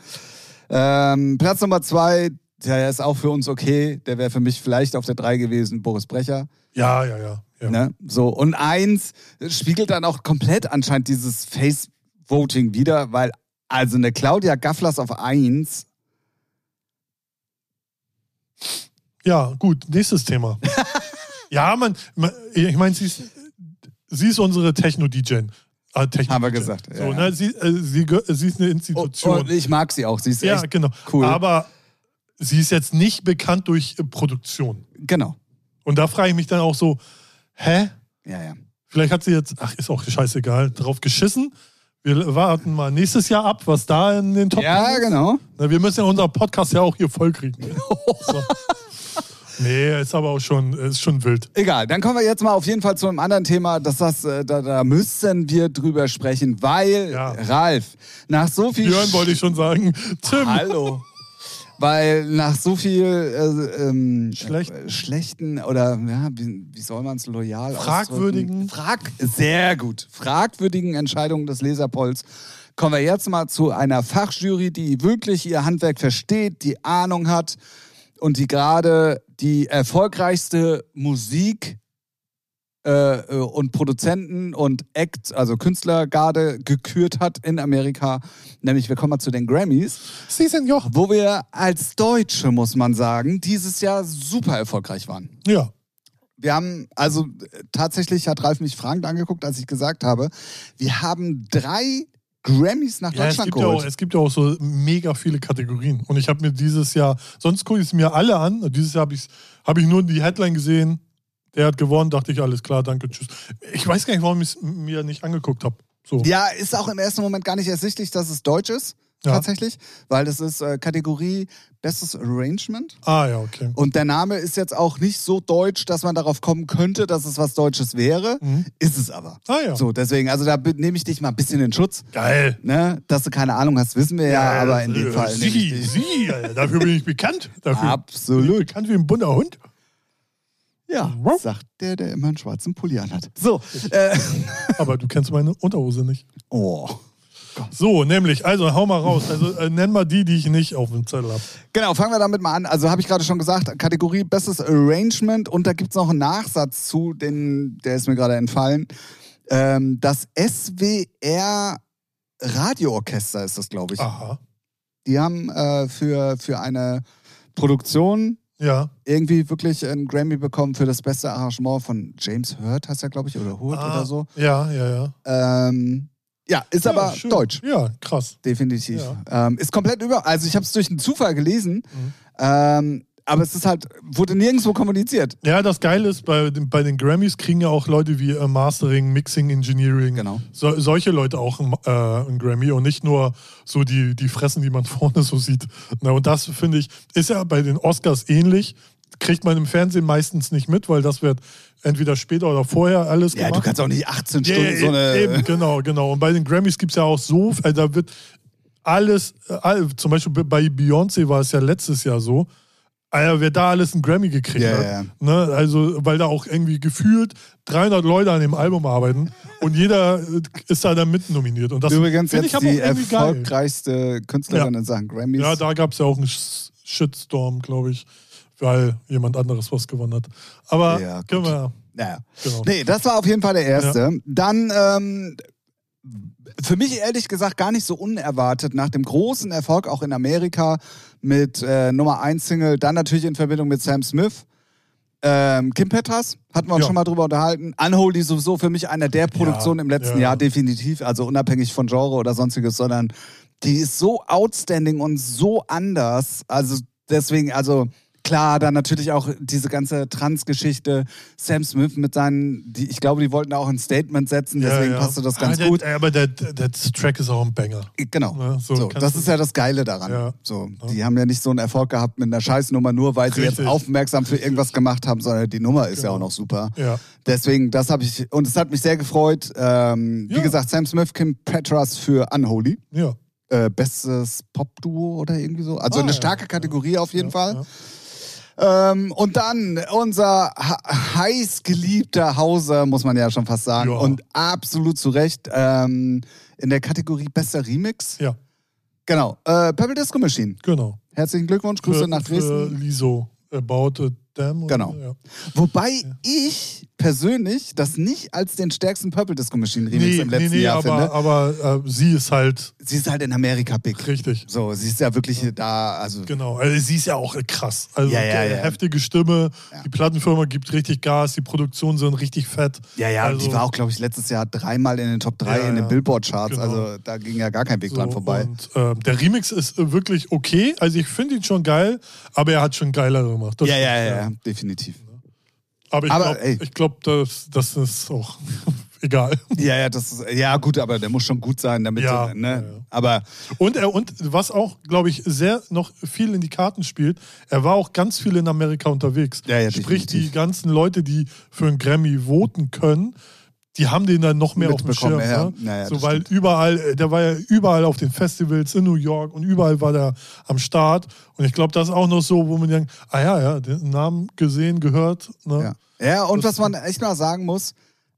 Ähm, Platz Nummer zwei, der ist auch für uns okay. Der wäre für mich vielleicht auf der drei gewesen, Boris Brecher. Ja, ja, ja. ja. Ne? So, und eins spiegelt dann auch komplett anscheinend dieses Face-Voting wieder, weil also eine Claudia Gafflers auf eins. Ja, gut, nächstes Thema. ja, man, man ich meine, sie ist, sie ist unsere Techno-DJ. Äh, Techno Haben wir gesagt, ja, So, ja. ne, sie, äh, sie, gehö- sie ist eine Und, Institution. und ich mag sie auch, sie ist ja, echt genau. cool. Aber sie ist jetzt nicht bekannt durch äh, Produktion. genau. Und da frage ich mich dann auch so, hä? Ja, ja. Vielleicht hat sie jetzt, ach, ist auch scheißegal, drauf geschissen. Wir warten mal nächstes Jahr ab, was da in den Top Ja, ist. genau. Na, wir müssen ja unseren Podcast ja auch hier vollkriegen. so. Nee, ist aber auch schon, ist schon wild. Egal, dann kommen wir jetzt mal auf jeden Fall zu einem anderen Thema, dass das, äh, da, da müssen wir drüber sprechen, weil, Ja. Ralf, nach so viel... Björn wollte ich schon sagen. Tim. Hallo. Weil nach so viel äh, ähm, Schlecht. äh, schlechten oder ja, wie, wie soll man es loyal Fragwürdigen. ausdrücken? Frag sehr gut fragwürdigen Entscheidungen des Leserpolls kommen wir jetzt mal zu einer Fachjury, die wirklich ihr Handwerk versteht, die Ahnung hat und die gerade die erfolgreichste Musik äh, äh, und Produzenten und Act, also Künstlergarde gekürt hat in Amerika. Nämlich, wir kommen mal zu den Grammys Sie sind Joch. wo wir als Deutsche, muss man sagen, dieses Jahr super erfolgreich waren. Ja. Wir haben, also äh, tatsächlich hat Ralf mich fragend angeguckt, als ich gesagt habe, wir haben drei Grammys nach Ja, es, Deutschland gibt ja auch, geholt. es gibt ja auch so mega viele Kategorien. Und ich habe mir dieses Jahr, sonst gucke ich es mir alle an. Und dieses Jahr habe ich, hab ich nur die Headline gesehen. Der hat gewonnen, dachte ich, alles klar, danke, tschüss. Ich weiß gar nicht, warum ich es mir nicht angeguckt habe. So. Ja, ist auch im ersten Moment gar nicht ersichtlich, dass es deutsch ist, Ja. tatsächlich, weil das ist äh, Kategorie Bestes Arrangement. Ah, ja, okay. Und der Name ist jetzt auch nicht so deutsch, dass man darauf kommen könnte, dass es was Deutsches wäre. Mhm. Ist es aber. Ah, ja. So, deswegen, also da be- nehme ich dich mal ein bisschen in Schutz. Geil. Ne? Dass du keine Ahnung hast, wissen wir ja, aber in dem äh, Fall. nehme ich Sie, dich. Sie, Alter, dafür bin ich bekannt. Dafür bin ich Absolut. bekannt wie ein bunter Hund. Ja, sagt der, der immer einen schwarzen Pulli anhat. So. Äh, Aber du kennst meine Unterhose nicht. oh. So, nämlich, also hau mal raus. Also äh, nenn mal die, die ich nicht auf dem Zettel habe. Genau, fangen wir damit mal an. Also habe ich gerade schon gesagt, Kategorie Bestes Arrangement und da gibt es noch einen Nachsatz zu, den, der ist mir gerade entfallen. Ähm, das SWR Radioorchester ist das, glaube ich. Aha. Die haben äh, für, für eine Produktion Ja. irgendwie wirklich einen Grammy bekommen für das beste Arrangement von James Hurt, heißt er, glaube ich, oder Hurt Ah, oder so. Ja, ja, ja. Ähm, Ja, ist aber schön. deutsch. Ja, krass. Definitiv. Ähm, ist komplett über. Also ich habe es durch einen Zufall gelesen, Mhm. ähm, aber es ist halt, wurde nirgendwo kommuniziert. Ja, das Geile ist, bei, den- bei den Grammys kriegen ja auch Leute wie äh, Mastering, Mixing, Engineering, Genau. so, solche Leute auch einen, äh, einen Grammy und nicht nur so die, die Fressen, die man vorne so sieht. Na, und das finde ich, ist ja bei den Oscars ähnlich. Kriegt man im Fernsehen meistens nicht mit, weil das wird entweder später oder vorher alles Ja, du gemacht. kannst auch nicht 18 Ja, Stunden ja, so eine. Eben, genau, genau. Und bei den Grammys gibt es ja auch so, also da wird alles, äh, all- zum Beispiel bei Beyoncé war es ja letztes Jahr so, Alter, wer da alles einen Grammy gekriegt Ja, hat. ja, ja. Ne? Also, weil da auch irgendwie gefühlt 300 Leute an dem Album arbeiten und jeder äh, ist da dann mitnominiert. Und das Übrigens jetzt finde ich aber die auch irgendwie geil. erfolgreichste Künstlerin in Sachen Grammys. Ja, da gab es ja auch einen Sh- Shitstorm, glaube ich, weil jemand anderes was gewonnen hat. Aber Ja, gut. können wir, Naja. Genau. Nee, das war auf jeden Fall der erste. Dann, ähm, für mich ehrlich gesagt gar nicht so unerwartet, nach dem großen Erfolg auch in Amerika mit äh, Nummer 1 Single, dann natürlich in Verbindung mit Sam Smith. Ähm, Kim Petras, hatten wir uns Ja. schon mal drüber unterhalten. Unholy sowieso für mich einer der Produktionen im letzten ja. Jahr, definitiv. Also unabhängig von Genre oder sonstiges, sondern die ist so outstanding und so anders. Also deswegen, also klar, dann natürlich auch diese ganze Trans-Geschichte. Sam Smith mit seinen, die, ich glaube, die wollten da auch ein Statement setzen, deswegen passte das ganz Ah, der, gut. Aber der, der, der Track ist auch ein Banger. Genau. Ne, so so kannst das du- ist ja das Geile daran. Ja. So, die haben ja nicht so einen Erfolg gehabt mit einer Scheißnummer, nur weil sie jetzt Richtig. Genau. aufmerksam für irgendwas gemacht haben, sondern die Nummer ist ja auch noch super. Ja. Deswegen, das habe ich, und es hat mich sehr gefreut. Ähm, Wie Ja. gesagt, Sam Smith, Kim Petras für Unholy. Ja. Äh, bestes Popduo oder irgendwie so. Also Ah, eine ja. starke Kategorie auf jeden Ja, Fall. ja. Ähm, und dann unser ha- heiß geliebter Hauser, muss man ja schon fast sagen. Ja. Und absolut zu Recht ähm, in der Kategorie Bester Remix. Ja, Genau. Äh, Purple Disco Machine. genau. Herzlichen Glückwunsch, Grüße Für- nach Für Dresden. Liso. About a Dam. oder Genau. so, Ja. Wobei ich persönlich das nicht als den stärksten Purple Disco Machine Remix Nee, im nee, letzten nee, Jahr aber, finde. aber äh, sie ist halt Sie ist halt in Amerika big. richtig. So, sie ist ja wirklich da, also Genau. Also sie ist ja auch äh, krass. Also Ja, ja, äh, ja. heftige Stimme. Ja. Die Plattenfirma gibt richtig Gas. Die Produktionen sind richtig fett. ja, ja, also, die war auch, glaube ich, letztes Jahr dreimal in den Top 3 Ja, in den ja. Billboard-Charts. Genau. Also da ging ja gar kein Weg dran so, vorbei. Und äh, der Remix ist äh, wirklich okay. Also ich finde ihn schon geil, aber er hat schon geilere gemacht. Das Ja, ja, stimmt, ja, ja, definitiv. Aber ich Aber, ey. glaube, glaub, das, das ist auch egal. Ja, ja, das ist, ja gut, aber der muss schon gut sein, damit. Ja, du, ne? ja, ja. Aber Und, er, und was auch, glaube ich, sehr noch viel in die Karten spielt, er war auch ganz viel in Amerika unterwegs. Ja, ja, Sprich, definitiv. die ganzen Leute, die für einen Grammy voten können, die haben den dann noch mehr auf dem Schirm. Mitbekommen, ja. Ne? Ja, ja, das so, weil überall, äh, der war ja überall auf den Festivals in New York und überall war der am Start. Und ich glaube, das ist auch noch so, wo man denkt, ah ja, ja, den Namen gesehen, gehört. ja. Ne? Ja, und was Das- man echt mal sagen muss,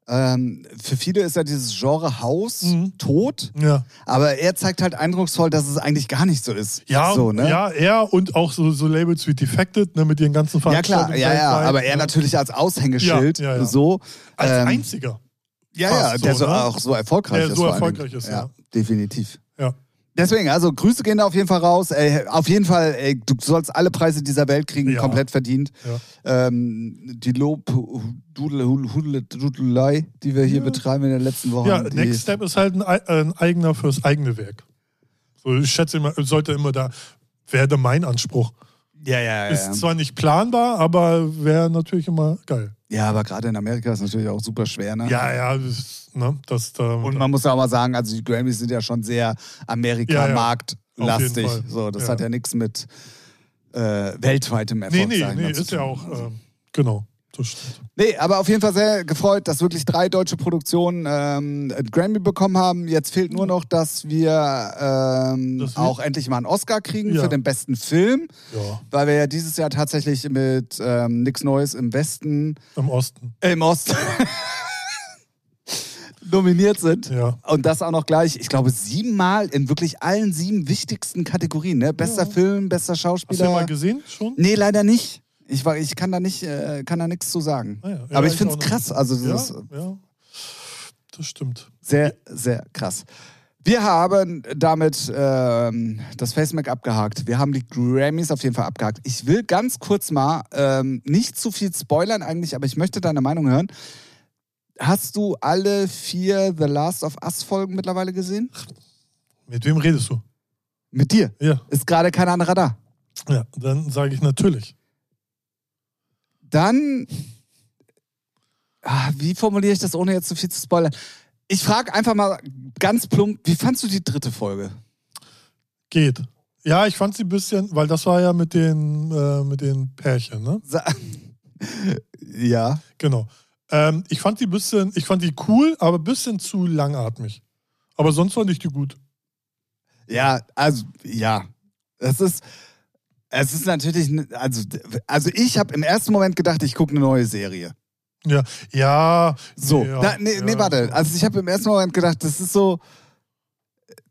ähm, für viele ist ja dieses Genre Haus Mhm. tot, Ja. ja. aber er zeigt halt eindrucksvoll, dass es eigentlich gar nicht so ist. Ja, so, ne? ja, er und auch so, so Labels wie Defected, ne, mit ihren ganzen Ja, klar, Veranstaltungen ja, ja, weltweit, aber er ne? natürlich als Aushängeschild, Ja, ja, ja. so. Als ähm, einziger. ja, ja, fast der so, so, ne? auch so erfolgreich Der ist. so vor allen erfolgreich Dingen. ist, ja. ja. Definitiv. Ja. Deswegen, also Grüße gehen da auf jeden Fall raus. Ey, auf jeden Fall, ey, du sollst alle Preise dieser Welt kriegen, Ja. komplett verdient. Ja. Ähm, die Lob-Dudelei, die wir hier betreiben in den letzten Wochen. ja, die, Next Step ist halt ein, ei- ein eigener fürs eigene Werk. So, ich schätze immer, sollte immer da, wäre mein Anspruch. ja, ja, ja. Ist zwar nicht planbar, aber wäre natürlich immer geil. ja, aber gerade in Amerika ist natürlich auch super schwer, ne? Ja, ja, das, ne, das da. Und man muss auch mal sagen, also die Grammys sind ja schon sehr Ja, ja. Amerika-Marktlastig. Auf jeden Fall. So, das Ja. hat ja nichts mit äh, weltweitem nee, Erfolg nee, sag ich mal, nee, zu ist ja tun. auch, ähm, genau, das stimmt. Nee, aber auf jeden Fall sehr gefreut, dass wirklich drei deutsche Produktionen ähm, einen Grammy bekommen haben. Jetzt fehlt nur noch, dass wir ähm, Dass wir- auch endlich mal einen Oscar kriegen Ja. für den besten Film, Ja, weil wir ja dieses Jahr tatsächlich mit ähm, Nix Neues im Westen, im Osten. äh, im Osten nominiert sind. Ja. Und das auch noch gleich, ich glaube, siebenmal in wirklich allen sieben wichtigsten Kategorien. Ne? Bester Film, bester Hast du den Schauspieler. mal gesehen schon? Nee, leider nicht. Ich, war, ich kann da nicht, äh, kann da nichts zu sagen. Ah ja, ja, Aber ich ich finde auch es nicht. krass. Also das Ja, ist ja. Das stimmt. sehr, sehr krass. Wir haben damit ähm, das Facemac abgehakt. Wir haben die Grammys auf jeden Fall abgehakt. Ich will ganz kurz mal ähm, nicht zu viel spoilern eigentlich, aber ich möchte deine Meinung hören. Hast du alle vier The Last of Us Folgen mittlerweile gesehen? Mit wem redest du? Mit dir. Ja, Ist gerade kein anderer da. ja dann sage ich natürlich. Dann, ah, wie formuliere ich das, ohne jetzt zu viel zu spoilern? Ich frage einfach mal ganz plump, wie fandst du die dritte Folge? Geht. Ja, ich fand sie ein bisschen, weil das war ja mit den, äh, mit den Pärchen, ne? Sa ja. Genau. Ähm, ich fand die bisschen, ich fand die cool, aber ein bisschen zu langatmig. Aber sonst fand ich die gut. Ja, also, ja. Es ist, es ist natürlich, ne- also, also ich habe im ersten Moment gedacht, ich gucke eine neue Serie. Ja, ja. So, ja, Na, nee, ja. nee, warte. Also ich habe im ersten Moment gedacht, das ist so.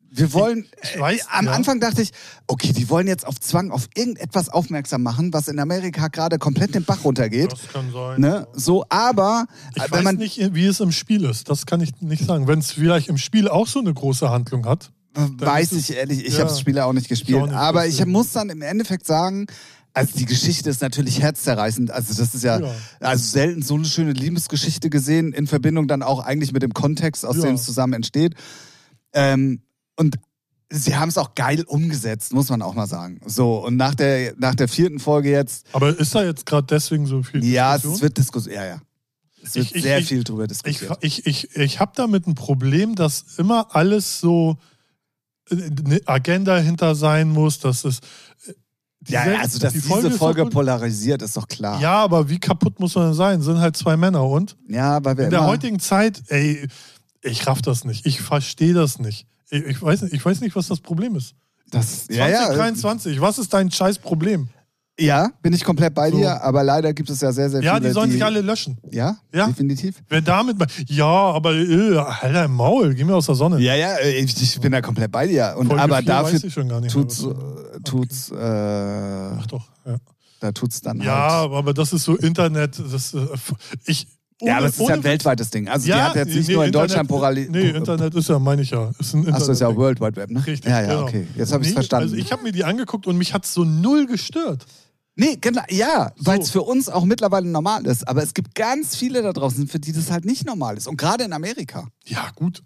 Wir wollen. ich weiß, äh, am ja. Anfang dachte ich, okay, die wollen jetzt auf Zwang auf irgendetwas aufmerksam machen, was in Amerika gerade komplett den Bach runtergeht. Das kann sein. Ne? So, aber Ich äh, weiß wenn man, nicht, wie es im Spiel ist. Das kann ich nicht sagen. Wenn es vielleicht im Spiel auch so eine große Handlung hat. weiß ist ich ehrlich, ich ja. habe das Spiel ja auch nicht gespielt, nicht, aber ich deswegen. muss dann im Endeffekt sagen, also die Geschichte ist natürlich herzzerreißend. Also das ist ja, Ja. also selten so eine schöne Liebesgeschichte gesehen, in Verbindung dann auch eigentlich mit dem Kontext, aus Ja. dem es zusammen entsteht. Ähm, und sie haben es auch geil umgesetzt, muss man auch mal sagen. So, und nach der, nach der vierten Folge jetzt, Aber ist da jetzt gerade deswegen so viel ja, es Diskussion? wird diskutiert. Ja, ja. Es wird Ich- ich- sehr ich- viel drüber Ich, diskutiert. ich, ich, ich habe damit ein Problem, dass immer alles so äh, eine Agenda hinter sein muss, dass es. äh, die ja, sel- also dass die diese Folge, ist doch gut. polarisiert, ist doch klar. Ja, Ja, aber wie kaputt muss man denn sein? Sind halt zwei Männer und? weil wir In der immer, heutigen Zeit, ey, ich raff das nicht. Ich verstehe das nicht. Ich, ich, weiß, nicht- ich weiß nicht, was das Problem ist. das, ja, äh, ja, 2023, was ist dein scheiß Problem? Ja, bin ich komplett bei So. dir, aber leider gibt es ja sehr, sehr viele. Ja, die sollen sich alle löschen. Ja, Ja. definitiv. Wer damit. mal- Ja, aber äh, Alter, im Maul, geh mir aus der Sonne. Ja, ja, ich, ich bin da komplett bei dir. Und, Folge aber vier dafür weiß ich schon gar nicht mehr, tut's, was- äh, tut's, äh, Ach doch. Ja, da tut's dann ja halt. aber das ist so Internet. Das, äh, ich, ohne, ja, aber es ist ja ein ohne- weltweites Ding. Also die Ja, hat jetzt nicht nee, nur in Internet- Deutschland polarisiert. Nee, Internet ist ja, meine ich ja. Ist ein Achso, ist ja Internet-Ding. World Wide Web, ne? Richtig. ja, ja, genau. okay. Jetzt habe ich's Nee, verstanden. Also ich habe mir die angeguckt und mich hat so null gestört. nee, genau, ja, weil es für uns auch mittlerweile normal ist. Aber es gibt ganz viele da draußen, für die das halt nicht normal ist. Und gerade in Amerika. Ja, gut.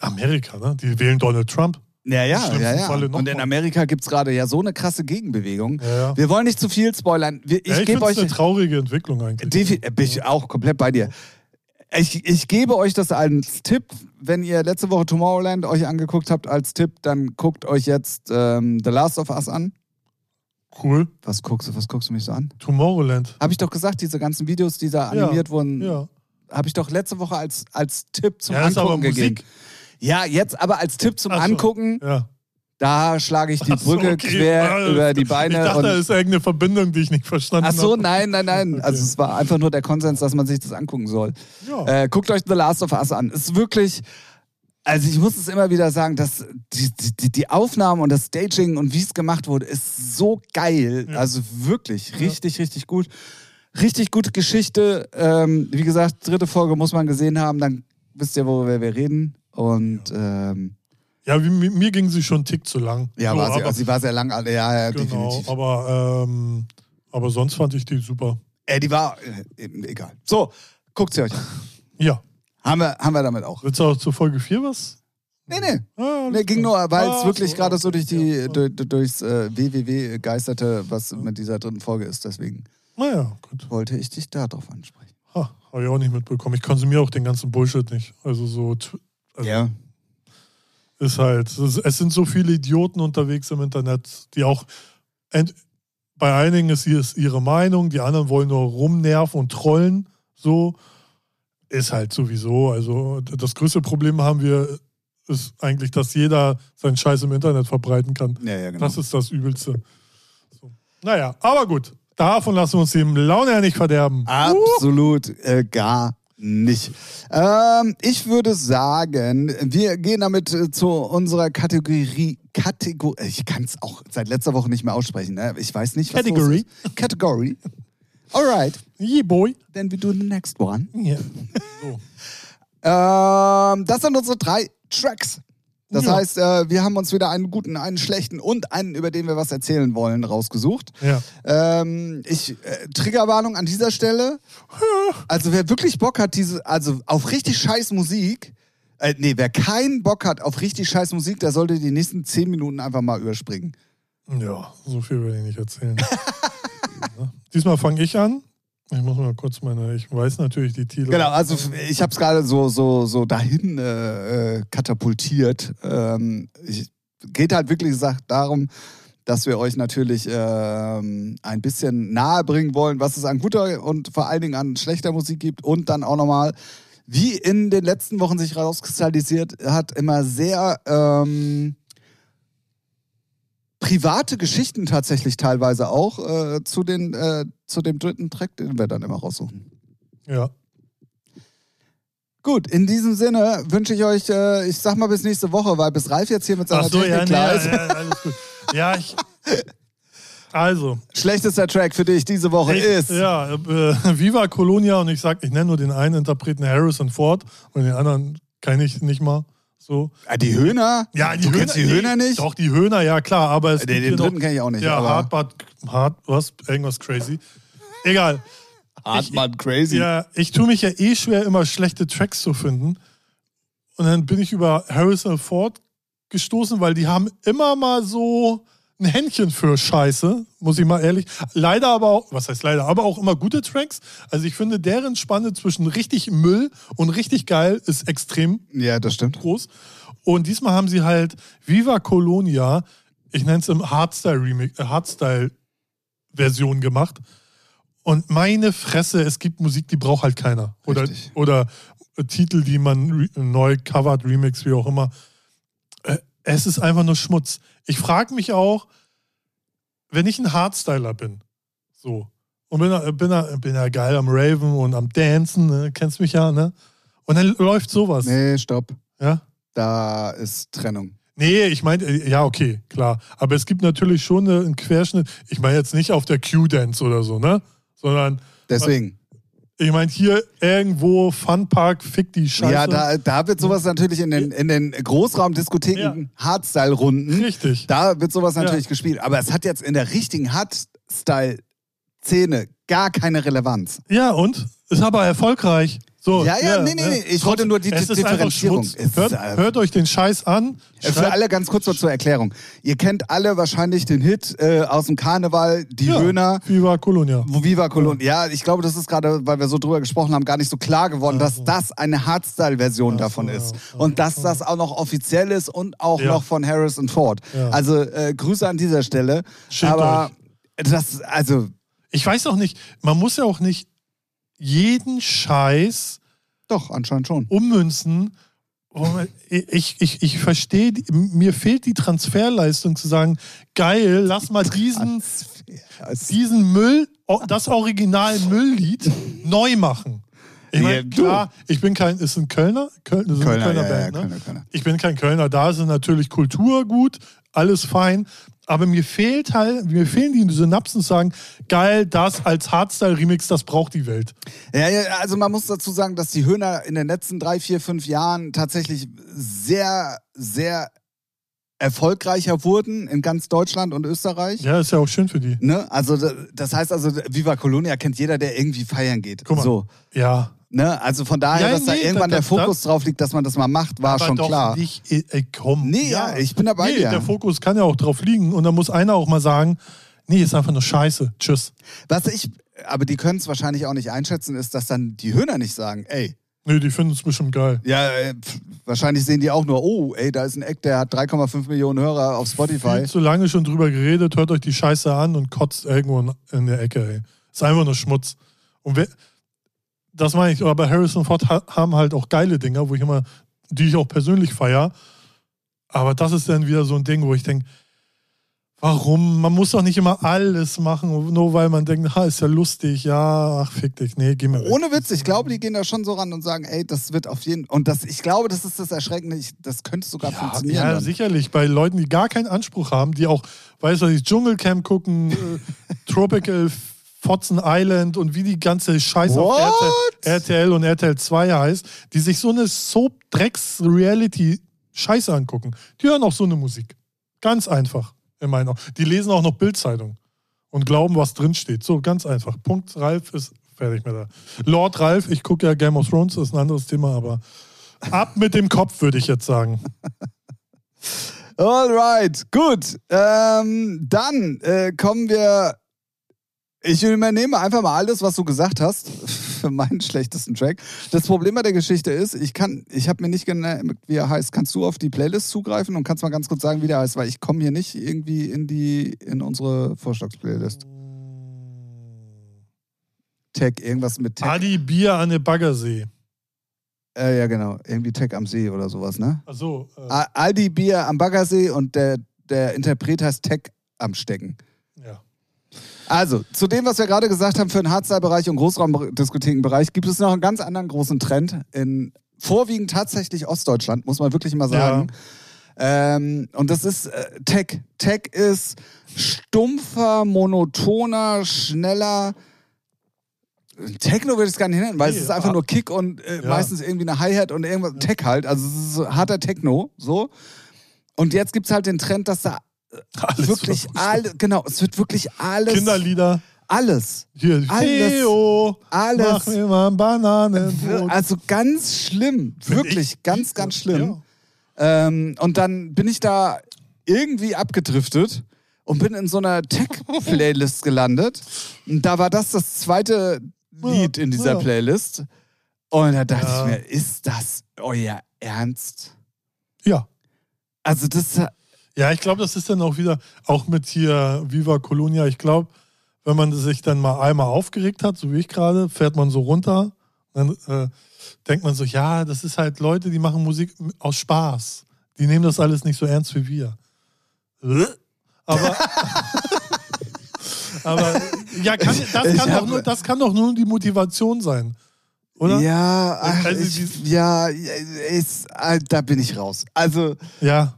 Amerika, ne? Die wählen Donald Trump. Ja, Im ja, schlimmsten ja, ja. Falle noch Und in mal. Amerika gibt es gerade ja so eine krasse Gegenbewegung. Ja, ja. Wir wollen nicht zu viel spoilern. Wir, ich ja, ich gebe finde euch. es eine traurige Entwicklung eigentlich. Defi äh, bin ich auch komplett bei dir. Ich, ich gebe euch das als Tipp. Wenn ihr letzte Woche Tomorrowland euch angeguckt habt als Tipp, dann guckt euch jetzt ähm, The Last of Us an. cool. Was guckst du, was guckst du mich so an? Tomorrowland. Habe ich doch gesagt, diese ganzen Videos, die da Ja, animiert wurden, Ja. habe ich doch letzte Woche als, als Tipp zum ja, ist aber Angucken gegeben. Musik. Ja, jetzt aber als Tipp zum Ach so. Angucken, Ja. da schlage ich die Ach so, Brücke okay. quer Ah, über die Ich Beine dachte, und da ist irgendeine Verbindung, die ich nicht verstanden Ach so, habe. nein, nein, nein. Okay. Also es war einfach nur der Konsens, dass man sich das angucken soll. Ja. Äh, guckt euch The Last of Us an. Ist wirklich, also ich muss es immer wieder sagen, dass die, die, die Aufnahmen und das Staging und wie es gemacht wurde, ist so geil. Ja. Also wirklich, richtig, richtig gut. Richtig gute Geschichte. Ähm, wie gesagt, dritte Folge muss man gesehen haben, dann wisst ihr, worüber wir reden. Und ähm, Ja, wie, mir, mir ging sie schon einen Tick zu lang. ja, so, war sie, aber, also sie war sehr lang. Ja, ja, Genau, definitiv. aber, ähm, aber sonst fand ich die super. Äh, die war, äh, egal. So, guckt sie euch an. Ja. Haben wir, haben wir damit auch. Willst du auch zur Folge 4 was? Nee, nee. Ah, Nee, ging nur, weil es Ah, wirklich so, gerade so okay, durch die, ja. ah. du- du- durchs äh, WWW geisterte, was mit dieser dritten Folge ist. Deswegen Naja, ah. gut. wollte ich dich darauf ansprechen. Ha, habe ich auch nicht mitbekommen. Ich konsumiere auch den ganzen Bullshit nicht. Also so tw- Also- Ja. ist halt, es es sind so viele Idioten unterwegs im Internet, die auch ent, bei einigen ist ihr- ist ihre Meinung, die anderen wollen nur rumnerven und trollen. So ist halt sowieso. Also d- das größte Problem haben wir ist eigentlich, dass jeder seinen Scheiß im Internet verbreiten kann. Ja, ja, genau. Das ist das Übelste. So. Naja, aber gut. Davon lassen wir uns die Laune ja nicht verderben. Absolut äh, gar nicht. Ähm, ich würde sagen, wir gehen damit äh, zu unserer Kategorie. Kategorie. Ich kann es auch seit letzter Woche nicht mehr aussprechen. Ne? Ich weiß nicht, was Category. Los ist. Category. Alright, Yeah, boy. then we do the next one. Ja. So. Ähm, das sind unsere drei Tracks. Das Ja. heißt, äh, wir haben uns wieder einen guten, einen schlechten und einen, über den wir was erzählen wollen, rausgesucht. Ja. Ähm, ich äh, Triggerwarnung an dieser Stelle. Also wer wirklich Bock hat, diese, also auf richtig scheiß Musik, äh, nee, wer keinen Bock hat auf richtig scheiß Musik, der sollte die nächsten zehn Minuten einfach mal überspringen. Ja, so viel will ich nicht erzählen. Ja. Diesmal fange ich an. Ich muss mal kurz meine, ich weiß natürlich die Titel. Genau, also f- ich habe es gerade so, so, so dahin äh, äh, katapultiert. Ähm, ich, geht halt wirklich gesagt darum, dass wir euch natürlich ähm, ein bisschen nahe bringen wollen, was es an guter und vor allen Dingen an schlechter Musik gibt und dann auch nochmal, wie in den letzten Wochen sich rauskristallisiert hat, immer sehr ähm, private Geschichten tatsächlich teilweise auch äh, zu, den, äh, zu dem dritten Track, den wir dann immer raussuchen. Ja. Gut, in diesem Sinne wünsche ich euch, äh, ich sag mal bis nächste Woche, weil bis Ralf jetzt hier mit seiner Ach so, Technik ja, nee, klar ist. ja, ja, alles gut. Ja, ich. Also, Schlechtester Track für dich diese Woche ich, ist. ja, äh, Viva Colonia und ich sag, ich nenne nur den einen Interpreten Harrison Ford und den anderen kenne ich nicht mal. So. Ah, Die Höhner? Ja, die du Höhner, kennst die Höhner nee, nicht? Äh, Doch, die Höhner, ja klar, aber es Den- gibt den hier noch- dritten kenn ich auch nicht, Ja, aber- Hardbad, Hard, was? Irgendwas crazy. Egal. Hartmann, crazy. Ja, ich tue mich ja eh schwer, immer schlechte Tracks zu finden. Und dann bin ich über Harrison Ford gestoßen, weil die haben immer mal so ein Händchen für Scheiße, muss ich mal ehrlich. Leider aber auch, was heißt leider, aber auch immer gute Tracks. Also ich finde, deren Spanne zwischen richtig Müll und richtig geil ist extrem Ja, das stimmt. groß. Und diesmal haben sie halt Viva Colonia, ich nenne es im Hardstyle-Remix, äh, Hardstyle-Version gemacht. Und meine Fresse, es gibt Musik, die braucht halt keiner. Oder, Richtig. oder äh, Titel, die man re neu covert, Remix, wie auch immer. Äh, Es ist einfach nur Schmutz. Ich frage mich auch, wenn ich ein Hardstyler bin, so, und bin da, bin da, bin da geil am Raven und am Dancen, ne? kennst mich ja, ne? Und dann läuft sowas. Nee, stopp. Ja? Da ist Trennung. Nee, ich meine, ja, okay, klar. Aber es gibt natürlich schon äh, einen Querschnitt. Ich meine jetzt nicht auf der Q-Dance oder so, ne? Sondern, Äh, Deswegen. ich meine, hier irgendwo Funpark, fick die Scheiße. Ja, da, da wird sowas natürlich in den, in den Großraumdiskotheken Hardstyle-Runden, Richtig. da wird sowas natürlich gespielt. Aber es hat jetzt in der richtigen Hardstyle-Szene gar keine Relevanz. Ja, und? Ist aber erfolgreich. So, Ja, ja, nee, nee, nee. Ich wollte nur die es Di- ist einfach Differenzierung. Schmutz. Es ist, Hört, äh, hört euch den Scheiß an. Äh, Für Schreibt- alle ganz kurz mal zur Erklärung. Ihr kennt alle wahrscheinlich den Hit äh, aus dem Karneval, Die ja, Höhner, Viva Colonia. wo Viva Colonia. Ja, ich glaube, das ist gerade, weil wir so drüber gesprochen haben, gar nicht so klar geworden, dass das eine Hardstyle-Version davon ja, ist. Also. ja, Und dass das auch noch offiziell ist und auch Ja. noch von Harris und Ford. Ja. Also äh, Grüße an dieser Stelle. Schämt Aber das, also, Ich weiß auch nicht, man muss ja auch nicht jeden Scheiß doch, anscheinend schon. ummünzen. wo man- Ich, ich, ich verstehe, die- mir fehlt die Transferleistung zu sagen, geil, lass mal diesen, Also, diesen Müll, o- das original Mülllied neu machen. Ich Ja, meine, du. klar, ich bin kein, ist ein Kölner? Köln, das ist Kölner, eine Kölner ja, ja, Band, ne? Kölner, Kölner. Ich bin kein Kölner, da ist natürlich Kultur gut, alles fein, aber mir fehlt halt, mir fehlen die Synapsen zu sagen, geil, das als Hardstyle-Remix, das braucht die Welt. Ja, ja, also man muss dazu sagen, dass die Höhner in den letzten drei, vier, fünf Jahren tatsächlich sehr, sehr erfolgreicher wurden in ganz Deutschland und Österreich. Ja, ist ja auch schön für die. Ne? Also da- das heißt also, Viva Colonia kennt jeder, der irgendwie feiern geht. Guck mal. So, Ja, ne? Also von daher, Ja, dass da nee, irgendwann da- der da- Fokus drauf liegt, dass man das mal macht, war Aber Ah, schon doch klar. Nicht, äh, äh, komm. Nee, ja, ich bin dabei, Nee, ja. der Fokus kann ja auch drauf liegen und dann muss einer auch mal sagen, nee, ist einfach nur Scheiße. Tschüss. Was ich, aber die können es wahrscheinlich auch nicht einschätzen, ist, dass dann die Höhner nicht sagen, ey, Nee, die finden es bestimmt geil. ja, äh, pf, wahrscheinlich sehen die auch nur, oh, ey, da ist ein Eck, der hat 3,5 Millionen Hörer auf Spotify. Viel zu lange schon drüber geredet, hört euch die Scheiße an und kotzt irgendwo in, in der Ecke, ey. Ist einfach nur Schmutz. Und wer, das meine ich, aber Harrison Ford ha, haben halt auch geile Dinger, wo ich immer, die ich auch persönlich feier. Aber das ist dann wieder so ein Ding, wo ich denke, warum? Man muss doch nicht immer alles machen, nur weil man denkt, ha, ist ja lustig, ja, ach, fick dich, nee, geh mir weg. Ohne Witz, ich glaube, die gehen da schon so ran und sagen, ey, das wird auf jeden und das, ich glaube, das ist das Erschreckende, ich, das könnte sogar Ja, funktionieren. ja dann. sicherlich. Bei Leuten, die gar keinen Anspruch haben, die auch, weißt du, die Dschungelcamp gucken, äh, Tropical Fotzen Island und wie die ganze Scheiße auf What? RTL, RTL und RTL 2 heißt, die sich so eine Soap-Drecks-Reality Scheiße angucken. Die hören auch so eine Musik. Ganz einfach, in meinen Augen. Die lesen auch noch Bildzeitung und glauben, was drinsteht. So, ganz einfach. Punkt Ralf ist fertig mit der. Lord Ralf, ich gucke ja Game of Thrones, ist ein anderes Thema, aber ab mit dem Kopf, würde ich jetzt sagen. Alright, gut. Ähm, dann äh, kommen wir. Ich übernehme einfach mal alles, was du gesagt hast, für meinen schlechtesten Track. Das Problem bei der Geschichte ist, ich kann, ich habe mir nicht gemerkt, wie er heißt. Kannst du auf die Playlist zugreifen und kannst mal ganz kurz sagen, wie der heißt, weil ich komme hier nicht irgendwie in die in unsere Vorschlagsplaylist. Tag irgendwas mit Tag. Adi Bier an der Baggersee. Äh, ja genau, irgendwie Tag am See oder sowas, ne? Achso, äh, A- Aldi Bier am Baggersee und der, der Interpret heißt Tech am Stecken. ja. Also, zu dem, was wir gerade gesagt haben, für den Hardstyle-Bereich und Großraumdiskothekenbereich gibt es noch einen ganz anderen großen Trend in vorwiegend tatsächlich Ostdeutschland, muss man wirklich mal sagen. Ähm, und das ist äh, Tech. Tech ist stumpfer, monotoner, schneller. Techno würde ich es gar nicht nennen, weil Nee, es ist einfach ah. nur Kick und äh, Ja. meistens irgendwie eine Hi-Hat und irgendwas. Tech halt. Also, es ist so harter Techno. So. Und jetzt gibt es halt den Trend, dass da Alles wirklich verrückt. alles, genau, es wird wirklich alles. Kinderlieder. Alles. Hier, Alles. Theo, Alles. mach mir mal ein Bananenbrot. Also ganz schlimm. Wirklich Ich- ganz, ganz schlimm. Ja. Ähm, und dann bin ich da irgendwie abgedriftet und bin in so einer Tech-Playlist gelandet. Und da war das das zweite Lied in dieser ja. Playlist. Und da dachte Ja. ich mir, ist das euer Ernst? ja. Also das, Ja, ich glaube, das ist dann auch wieder, auch mit hier Viva Colonia, ich glaube, wenn man sich dann mal einmal aufgeregt hat, so wie ich gerade, fährt man so runter, dann äh, denkt man so, ja, das ist halt Leute, die machen Musik aus Spaß. Die nehmen das alles nicht so ernst wie wir. Aber, aber ja, kann, das, Ich kann hab- doch nur, das kann doch nur die Motivation sein, oder? ja, ach, Also ich, dies- ja, ist, äh, da bin ich raus. Also, Ja,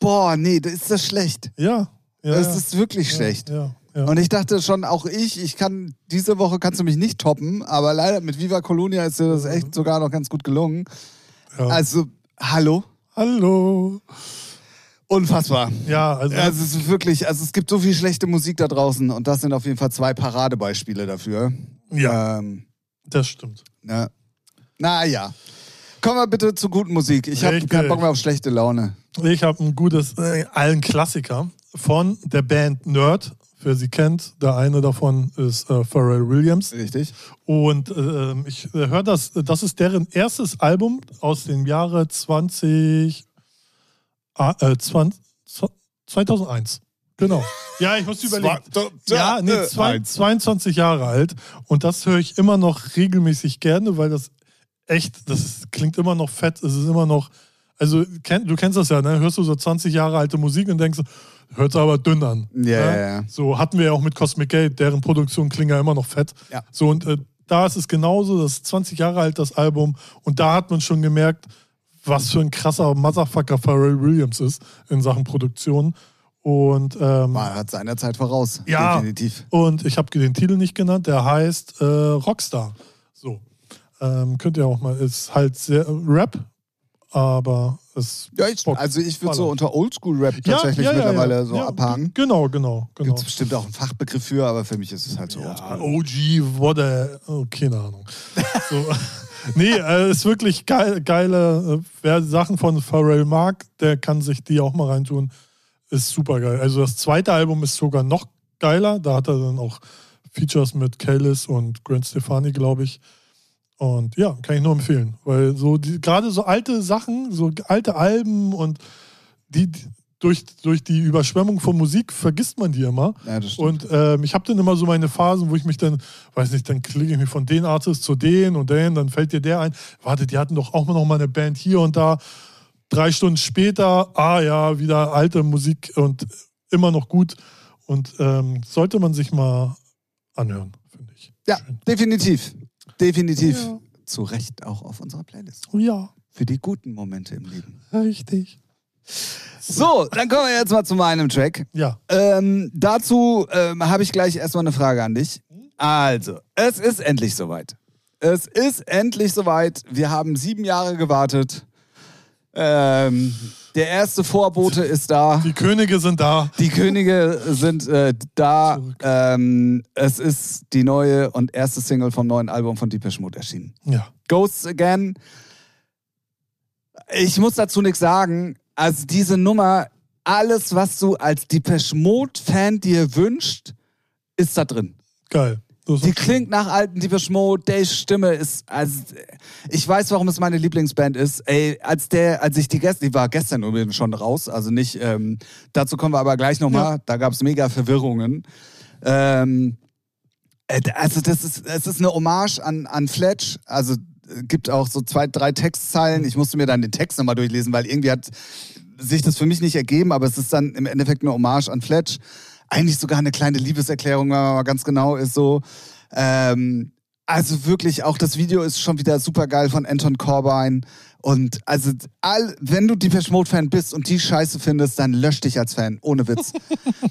boah, nee, das ist das schlecht. ja. ja das ja, ist wirklich ja, schlecht. Ja, ja. Und ich dachte schon, auch ich, ich kann, diese Woche kannst du mich nicht toppen, aber leider mit Viva Colonia ist dir das echt sogar noch ganz gut gelungen. Mhm. Ja. Also, hallo. Hallo. Unfassbar. Ja, also Also es ist wirklich, also es gibt so viel schlechte Musik da draußen und das sind auf jeden Fall zwei Paradebeispiele dafür. Ja. Ähm, das stimmt. ne? Naja. Kommen wir bitte zu guten Musik. Ich habe Richtig. keinen Bock mehr auf schlechte Laune. Ich habe ein gutes, äh, allen Klassiker von der Band Nerd. Wer sie kennt, der eine davon ist äh, Pharrell Williams. Richtig? Und ähm, ich äh, höre das, das ist deren erstes Album aus dem Jahre 20, ah, äh, 20, 2001. Genau. Ja, ich muss überlegen. Ja, äh, nee, zwei, 22 Jahre alt. Und das höre ich immer noch regelmäßig gerne, weil das echt, das ist, klingt immer noch fett. Es ist immer noch, also kenn, du kennst das ja, ne? Hörst du so 20 Jahre alte Musik und denkst, hört sich aber dünn an. Ja, ne? ja, ja. So hatten wir ja auch mit Cosmic Gate, deren Produktion klingt ja immer noch fett. Ja. So und äh, da ist es genauso, das ist 20 Jahre alt, das Album. Und da hat man schon gemerkt, was für ein krasser Motherfucker Pharrell Williams ist in Sachen Produktion. Und ähm, Man hat seiner Zeit voraus. Ja. Definitiv. und ich habe den Titel nicht genannt, der heißt äh, Rockstar. So. Ähm, könnt ihr auch mal, ist halt sehr äh, Rap, aber es. Ja, ich, Bock. also ich würde so unter Oldschool-Rap tatsächlich mittlerweile so abhaken. Genau, genau, genau. Gibt es bestimmt auch einen Fachbegriff für, aber für mich ist es halt so. Ja, oldschool. OG, what a, oh, keine Ahnung. So. nee, äh, ist wirklich geil, geile, äh, wer Sachen von Pharrell mag, der kann sich die auch mal reintun. Ist super geil. Also das zweite Album ist sogar noch geiler. Da hat er dann auch Features mit Kalis und Grant Stefani, glaube ich. Und ja, kann ich nur empfehlen. Weil so die- gerade so alte Sachen, so alte Alben und die, die durch, durch die Überschwemmung von Musik vergisst man die immer. Ja, das stimmt. Und ähm, ich habe dann immer so meine Phasen, wo ich mich dann, weiß nicht, dann klicke ich mich von den Artist zu den und den, dann fällt dir der ein. Warte, die hatten doch auch noch mal eine Band hier und da. Drei Stunden später, ah ja, wieder alte Musik und immer noch gut. Und ähm, sollte man sich mal anhören, finde ich. ja, Schön. definitiv. Definitiv. Ja. Zu Recht auch auf unserer Playlist. Ja, Für die guten Momente im Leben. richtig. So, dann kommen wir jetzt mal zu meinem Track. Ja, Ähm, dazu ähm, habe ich gleich erstmal eine Frage an dich. Also, es ist endlich soweit. Es ist endlich soweit. Wir haben sieben Jahre gewartet. Ähm, der erste Vorbote ist da. Die Könige sind da. Die Könige sind äh, da. Ähm, es ist die neue und erste Single vom neuen Album von Deepish Mode erschienen. Ja. Ghosts Again. Ich muss dazu nichts sagen. Also diese Nummer, alles, was du als Deepish Mode-Fan dir wünscht, ist da drin. Geil. Das ist Die auch schön. klingt nach alten Deepish Mode. Days Stimme ist, also, ich weiß, warum es meine Lieblingsband ist. Ey, als der, als ich die gestern, die war gestern übrigens schon raus, also nicht, ähm, dazu kommen wir aber gleich nochmal. Da gab es mega Verwirrungen. Ähm, äh, also, das ist, es ist eine Hommage an, an Fletch. Also, äh, gibt auch so zwei, drei Textzeilen. Ich musste mir dann den Text nochmal durchlesen, weil irgendwie hat sich das für mich nicht ergeben, aber es ist dann im Endeffekt eine Hommage an Fletch. Eigentlich sogar eine kleine Liebeserklärung, wenn man mal ganz genau ist, so. Ähm, also wirklich, auch das Video ist schon wieder super geil von Anton Corbijn. Und also, all, wenn du Depeche Mode-Fan bist und die Scheiße findest, dann lösch dich als Fan. Ohne Witz.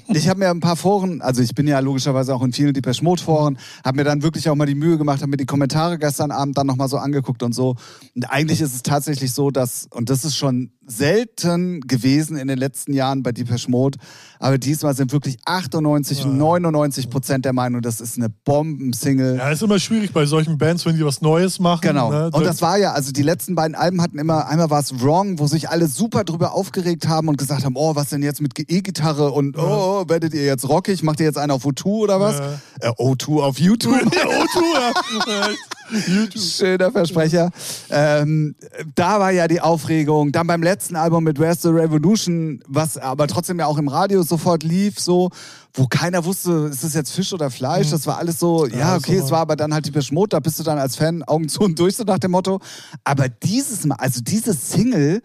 ich habe mir ein paar Foren, also ich bin ja logischerweise auch in vielen Depeche Mode-Foren, habe mir dann wirklich auch mal die Mühe gemacht, habe mir die Kommentare gestern Abend dann nochmal so angeguckt und so. Und eigentlich ist es tatsächlich so, dass, und das ist schon selten gewesen in den letzten Jahren bei Depeche Mode, aber diesmal sind wirklich 98, 99 Prozent der Meinung, das ist eine Bombensingle. Ja, ist immer schwierig bei solchen Bands, wenn die was Neues machen. Genau. Ne? Und das war ja, also die letzten beiden Alben hatten immer, einmal war es Wrong, wo sich alle super drüber aufgeregt haben und gesagt haben, oh, was denn jetzt mit E-Gitarre und oh, werdet ihr jetzt rockig? Macht ihr jetzt einen auf O2 oder was? Äh, O2 auf YouTube. Oh, Ja, O2, ja. Ja, YouTube. Schöner Äh, Versprecher. Ähm, da war ja die Aufregung. Dann beim letzten Album mit Where's the Revolution, was aber trotzdem ja auch im Radio sofort lief, so, wo keiner wusste, ist das jetzt Fisch oder Fleisch? Das war alles so, ja, das okay, war- es war aber dann halt die Beschmut, da bist du dann als Fan Augen zu und durch, so nach dem Motto. Aber dieses Mal, also diese Single,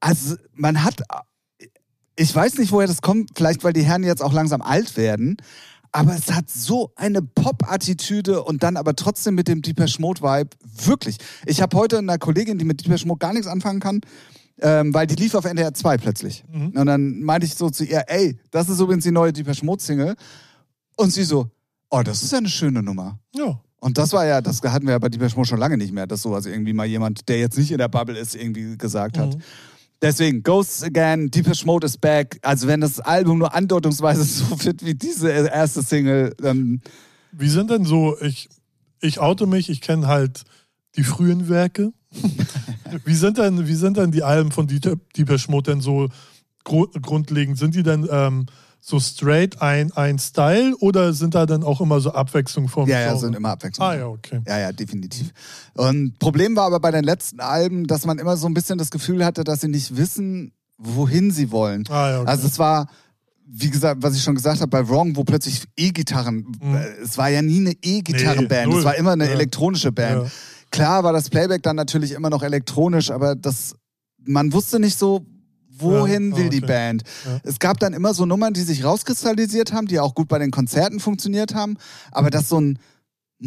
also man hat ich weiß nicht, woher das kommt, vielleicht weil die Herren jetzt auch langsam alt werden, aber es hat so eine Pop-Attitüde und dann aber trotzdem mit dem Deepesh Mode-Vibe. Wirklich. Ich habe heute einer Kollegin, die mit Deepesh Mode gar nichts anfangen kann, ähm, weil die lief auf NDR 2 plötzlich. Und dann meinte ich so zu ihr, ey, das ist übrigens die neue Deepesh Mode-Single. Und sie so, oh, das ist ja eine schöne Nummer. Ja. Und das war ja, das hatten wir ja bei Deepesh Mode schon lange nicht mehr, dass sowas irgendwie mal jemand, der jetzt nicht in der Bubble ist, irgendwie gesagt Mhm. hat. Deswegen, Ghosts Again, Deepesh Mode is back. Also wenn das Album nur andeutungsweise so wird wie diese erste Single, dann Wie sind denn so, ich, ich oute mich, ich kenne halt die frühen Werke. wie, sind denn, wie sind denn die Alben von Dieter, Deepeche Mode denn so gru- grundlegend? Sind die denn ähm, so straight ein, ein Style oder sind da dann auch immer so Abwechslung vom ja, ja, Genre? sind immer Abwechslung. Ah ja, okay. Ja, ja, definitiv. Und Problem war aber bei den letzten Alben, dass man immer so ein bisschen das Gefühl hatte, dass sie nicht wissen, wohin sie wollen. Ah, ja, okay. Also es war, wie gesagt, was ich schon gesagt habe, bei Wrong, wo plötzlich E-Gitarren, äh, es war ja nie eine E-Gitarrenband, Mhm. Nee, null. es war immer eine Ja. elektronische Band. Ja. Klar war das Playback dann natürlich immer noch elektronisch, aber das, man wusste nicht so, wohin Ja, ah, will die okay. Band. Ja. Es gab dann immer so Nummern, die sich rauskristallisiert haben, die auch gut bei den Konzerten funktioniert haben, aber dass so ein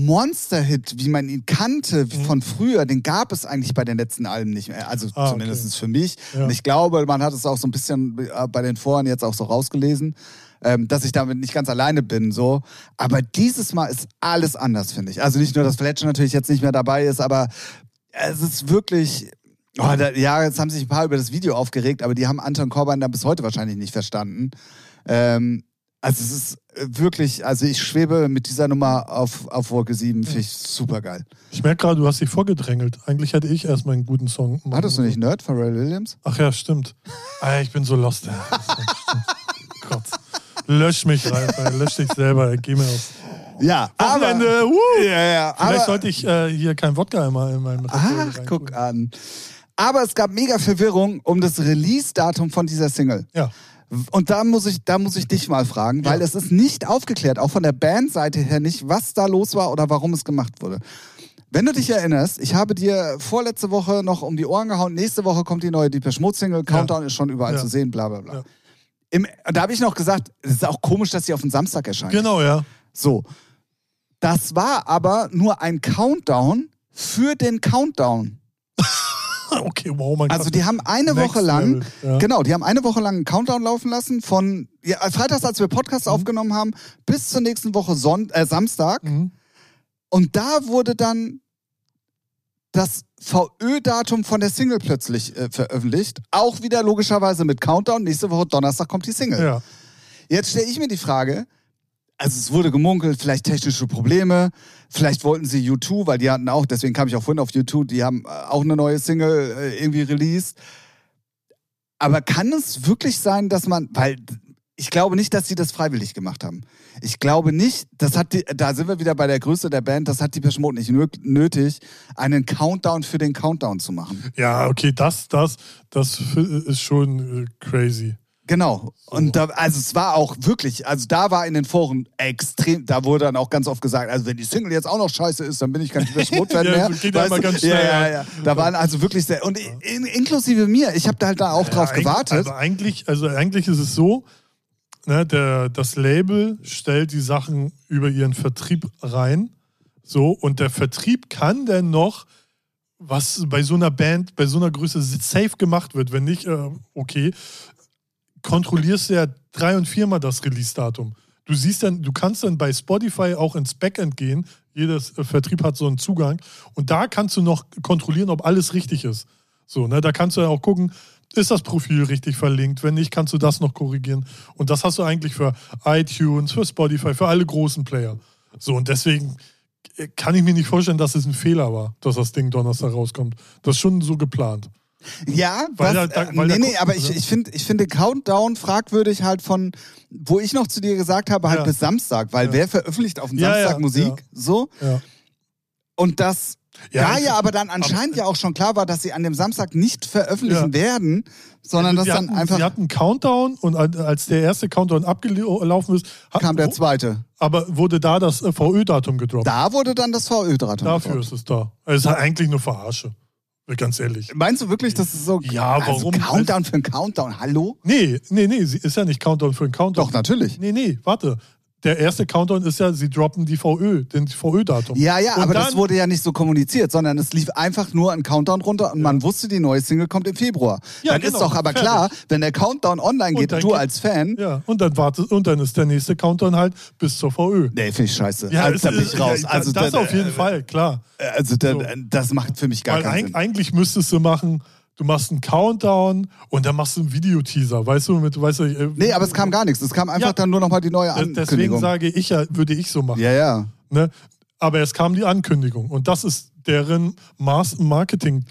Monster-Hit, wie man ihn Mhm. kannte von früher, den gab es eigentlich bei den letzten Alben nicht mehr. Also Ah, okay. zumindest für mich. Ja. Und ich glaube, man hat es auch so ein bisschen äh, bei den Foren jetzt auch so rausgelesen, ähm, dass ich damit nicht ganz alleine bin. so. Aber dieses Mal ist alles anders, finde ich. Also nicht nur, dass Fletcher natürlich jetzt nicht mehr dabei ist, aber es ist wirklich. Oh, da, ja, jetzt haben sich ein paar über das Video aufgeregt, aber die haben Anton Corbijn da bis heute wahrscheinlich nicht verstanden. Ähm, also es ist äh, wirklich, also ich schwebe mit dieser Nummer auf, auf Wolke 7, finde ich super geil. Ich merke gerade, du hast dich vorgedrängelt. Eigentlich hätte ich erstmal einen guten Song. machen Hattest du sollen. nicht Nerd, Pharrell Williams? Ach ja, stimmt. Ah, ich bin so lost. ey. Gott. Lösch mich, Ralf. ey. Lösch dich selber. ey. Geh mir aus. Ja, aber... Wochenende. wuhu. Ja, ja, Vielleicht aber, sollte ich äh, hier kein Wodka immer in meinem Repertoire Ach, reintun. guck an. Aber es gab mega Verwirrung um das Release-Datum von dieser Single. Ja. Und da muss ich, da muss ich dich mal fragen, weil es ist nicht aufgeklärt, auch von der Bandseite her nicht, was da los war oder warum es gemacht wurde. Wenn du dich erinnerst, ich habe dir vorletzte Woche noch um die Ohren gehauen, nächste Woche kommt die neue Deepeche Mode Single, Countdown ist schon überall Ja. zu sehen, bla bla bla. Ja. Im, da habe ich noch gesagt, es ist auch komisch, dass sie auf den Samstag erscheint. Genau, ja. So. Das war aber nur ein Countdown für den Countdown. Okay, wow, mein Also Gott. die haben eine Next Woche lang, Level, ja. genau, die haben eine Woche lang einen Countdown laufen lassen von ja, Freitags, als wir Podcast aufgenommen haben, bis zur nächsten Woche Son äh, Samstag. Mhm. Und da wurde dann das VÖ-Datum von der Single plötzlich äh, veröffentlicht. Auch wieder logischerweise mit Countdown. Nächste Woche Donnerstag kommt die Single. Ja. Jetzt stelle ich mir die Frage, also es wurde gemunkelt, vielleicht technische Probleme, vielleicht wollten sie U2, weil die hatten auch, deswegen kam ich auch vorhin auf U2, die haben äh, auch eine neue Single äh, irgendwie released. Aber kann es wirklich sein, dass man, weil ich glaube nicht, dass sie das freiwillig gemacht haben. Ich glaube nicht, das hat die, da sind wir wieder bei der Größe der Band, das hat die Depeche Mode nicht nö- nötig, einen Countdown für den Countdown zu machen. Ja, okay, das, das, das ist schon äh, crazy. Genau. Und da, also es war auch wirklich, also da war in den Foren extrem, da wurde dann auch ganz oft gesagt, also wenn die Single jetzt auch noch scheiße ist, dann bin ich kein Schmutzfan Ja, mehr. so geht ja Weißt immer du? ganz schnell, Ja, ja, ja. ja. Da waren also wirklich sehr, und in, in, inklusive mir, ich habe da halt da auch drauf Ja, eigentlich- gewartet. Also eigentlich, also eigentlich ist es so, ne, der, das Label stellt die Sachen über ihren Vertrieb rein. So, und der Vertrieb kann dann noch, was bei so einer Band, bei so einer Größe safe gemacht wird, wenn nicht, äh, okay, kontrollierst du ja drei- und viermal das Release-Datum. Du siehst dann, du kannst dann bei Spotify auch ins Backend gehen. Jedes äh, Vertrieb hat so einen Zugang. Und da kannst du noch kontrollieren, ob alles richtig ist. So, ne, da kannst du ja auch gucken, ist das Profil richtig verlinkt? Wenn nicht, kannst du das noch korrigieren. Und das hast du eigentlich für iTunes, für Spotify, für alle großen Player. So, und deswegen äh, kann ich mir nicht vorstellen, dass es ein Fehler war, dass das Ding Donnerstag rauskommt. Das ist schon so geplant. Ja, was, Weil da- da- äh, weil da nee, nee, gucken aber sie. ich, ich finde ich find den Countdown fragwürdig halt von, wo ich noch zu dir gesagt habe, halt Ja. bis Samstag, weil Ja. wer veröffentlicht auf dem Ja, ja, Samstag ja. Musik? So. Ja. Und das Ja, also, da ich- ja aber dann anscheinend ja auch schon klar war, dass sie an dem Samstag nicht veröffentlichen Ja. werden, sondern sie dass dann hatten, einfach Sie hatten einen Countdown und als der erste Countdown abgelaufen ist, hat, kam der zweite. aber wurde da das äh, VÖ-Datum gedroppt. Da wurde dann das VÖ-Datum. Dafür gedroppt. ist es da. Es ist halt eigentlich nur Verarsche. Ganz ehrlich. Meinst du wirklich, dass es so Ja, also warum? Countdown für einen Countdown? Hallo? Nee, nee, nee, sie ist ja nicht Countdown für einen Countdown. Doch, natürlich. Nee, nee, warte. Der erste Countdown ist ja, sie droppen die VÖ, den VÖ-Datum. Ja, ja, Und aber dann, das wurde ja nicht so kommuniziert, sondern es lief einfach nur ein Countdown runter und man wusste, die neue Single kommt im Februar. Ja, dann genau, ist doch aber fertig. klar, wenn der Countdown online Und geht dann und du geht- als Fan, Ja, und dann wartet, und dann ist der nächste Countdown halt bis zur VÖ. nee, finde ich scheiße. Ja, also, da es- bin ich raus. ja, also, das dann, auf jeden äh, Fall, klar. Also, dann, So. das macht für mich gar Weil keinen eig Sinn. eigentlich müsstest du machen, du machst einen Countdown und dann machst du einen Videoteaser, weißt du, mit, weißt du, äh, Nee, aber es kam gar nichts. Es kam einfach Ja. dann nur nochmal die neue des- deswegen Ankündigung. sage ich ja, würde ich so machen. ja, ja. Ne? Aber es kam die Ankündigung und das ist deren Maß Marketing.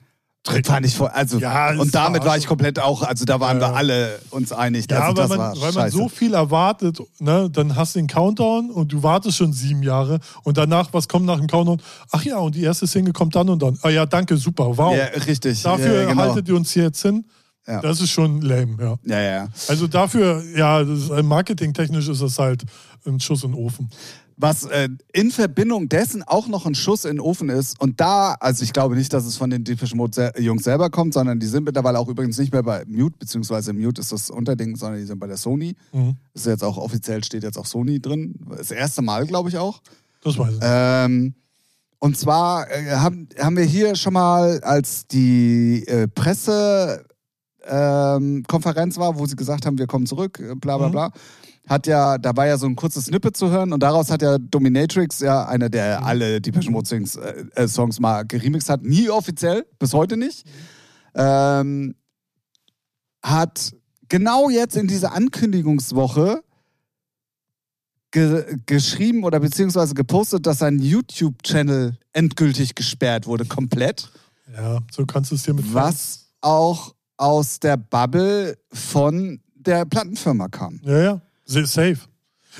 Das fand ich voll, also Ja, das und damit war war ich schon- komplett auch, also da waren Ja, ja. wir alle uns einig, Ja, also das weil, man, war weil man scheiße. so viel erwartet, ne? dann hast du den Countdown und du wartest schon sieben Jahre und danach, was kommt nach dem Countdown? Ach ja, und die erste Single kommt dann und dann. Ah ja, danke, super, wow. ja, richtig. Dafür ja, ja, genau. haltet ihr uns hier jetzt hin. Ja. Das ist schon lame, ja. ja, ja, ja. Also dafür, ja, das ist, äh, marketingtechnisch ist das halt ein Schuss in den Ofen. Was äh, in Verbindung dessen auch noch ein Schuss in den Ofen ist. Und da, also ich glaube nicht, dass es von den Depeche Mode sel- Jungs selber kommt, sondern die sind mittlerweile auch übrigens nicht mehr bei Mute, beziehungsweise Mute ist das Unterding, sondern die sind bei der Sony. Mhm. Ist jetzt auch offiziell, steht jetzt auch Sony drin. Das erste Mal, glaube ich auch. Das weiß ich. Ähm, und zwar äh, haben, haben wir hier schon mal, als die äh, Pressekonferenz ähm, Konferenz war, wo sie gesagt haben, wir kommen zurück, äh, bla bla Mhm. bla, hat ja, da war ja so ein kurzes Snippet zu hören und daraus hat ja Dominatrix, ja einer, der alle die Mode Songs, äh, äh, Songs mal geremixed hat, nie offiziell, bis heute nicht, ähm, hat genau jetzt in dieser Ankündigungswoche ge geschrieben oder beziehungsweise gepostet, dass sein YouTube-Channel endgültig gesperrt wurde, komplett. ja, so kannst du es dir mit. Was auch aus der Bubble von der Plattenfirma kam. Ja, ja, sa- safe.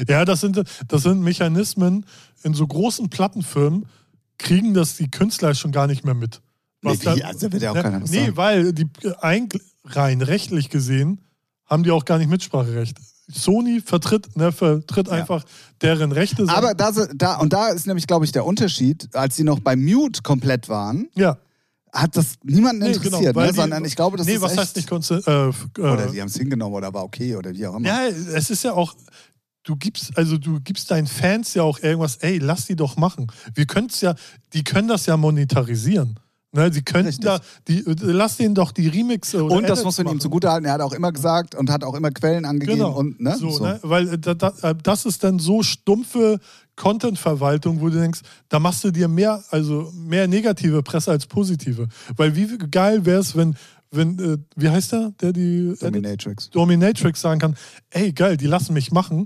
Ja, das sind, das sind Mechanismen in so großen Plattenfirmen, kriegen das die Künstler schon gar nicht mehr mit. Nee, wie? Also, da wird ja auch keiner was Nee, sagen. weil die äh, eig- rein rechtlich gesehen haben die auch gar nicht Mitspracherecht. Sony vertritt, ne, vertritt einfach deren Rechte. Aber da, se- da, und da ist nämlich, glaube ich, der Unterschied, als sie noch bei Mute komplett waren, ja, hat das niemanden nee, genau, interessiert, weil ne? die- sondern ich glaube, das nee, ist was echt, heißt nicht konzen- äh, f- äh, oder die haben es hingenommen oder war okay oder wie auch immer. Ja, es ist ja auch, du gibst, also du gibst deinen Fans ja auch irgendwas, ey, lass die doch machen. Wir können's ja, die können das ja monetarisieren. Ne, die können Richtig. da, die, lass denen doch die Remix oder Und das Edits muss man ihm machen. zugutehalten. Er hat auch immer gesagt und hat auch immer Quellen angegeben Genau. und ne, so, so. Ne? Weil äh, da, da, äh, das ist dann so stumpfe Content-Verwaltung, wo du denkst, da machst du dir mehr, also mehr negative Presse als positive. Weil wie geil wäre es, wenn, wenn, äh, wie heißt der, der die Dominatrix. Dominatrix sagen kann, ey geil, die lassen mich machen.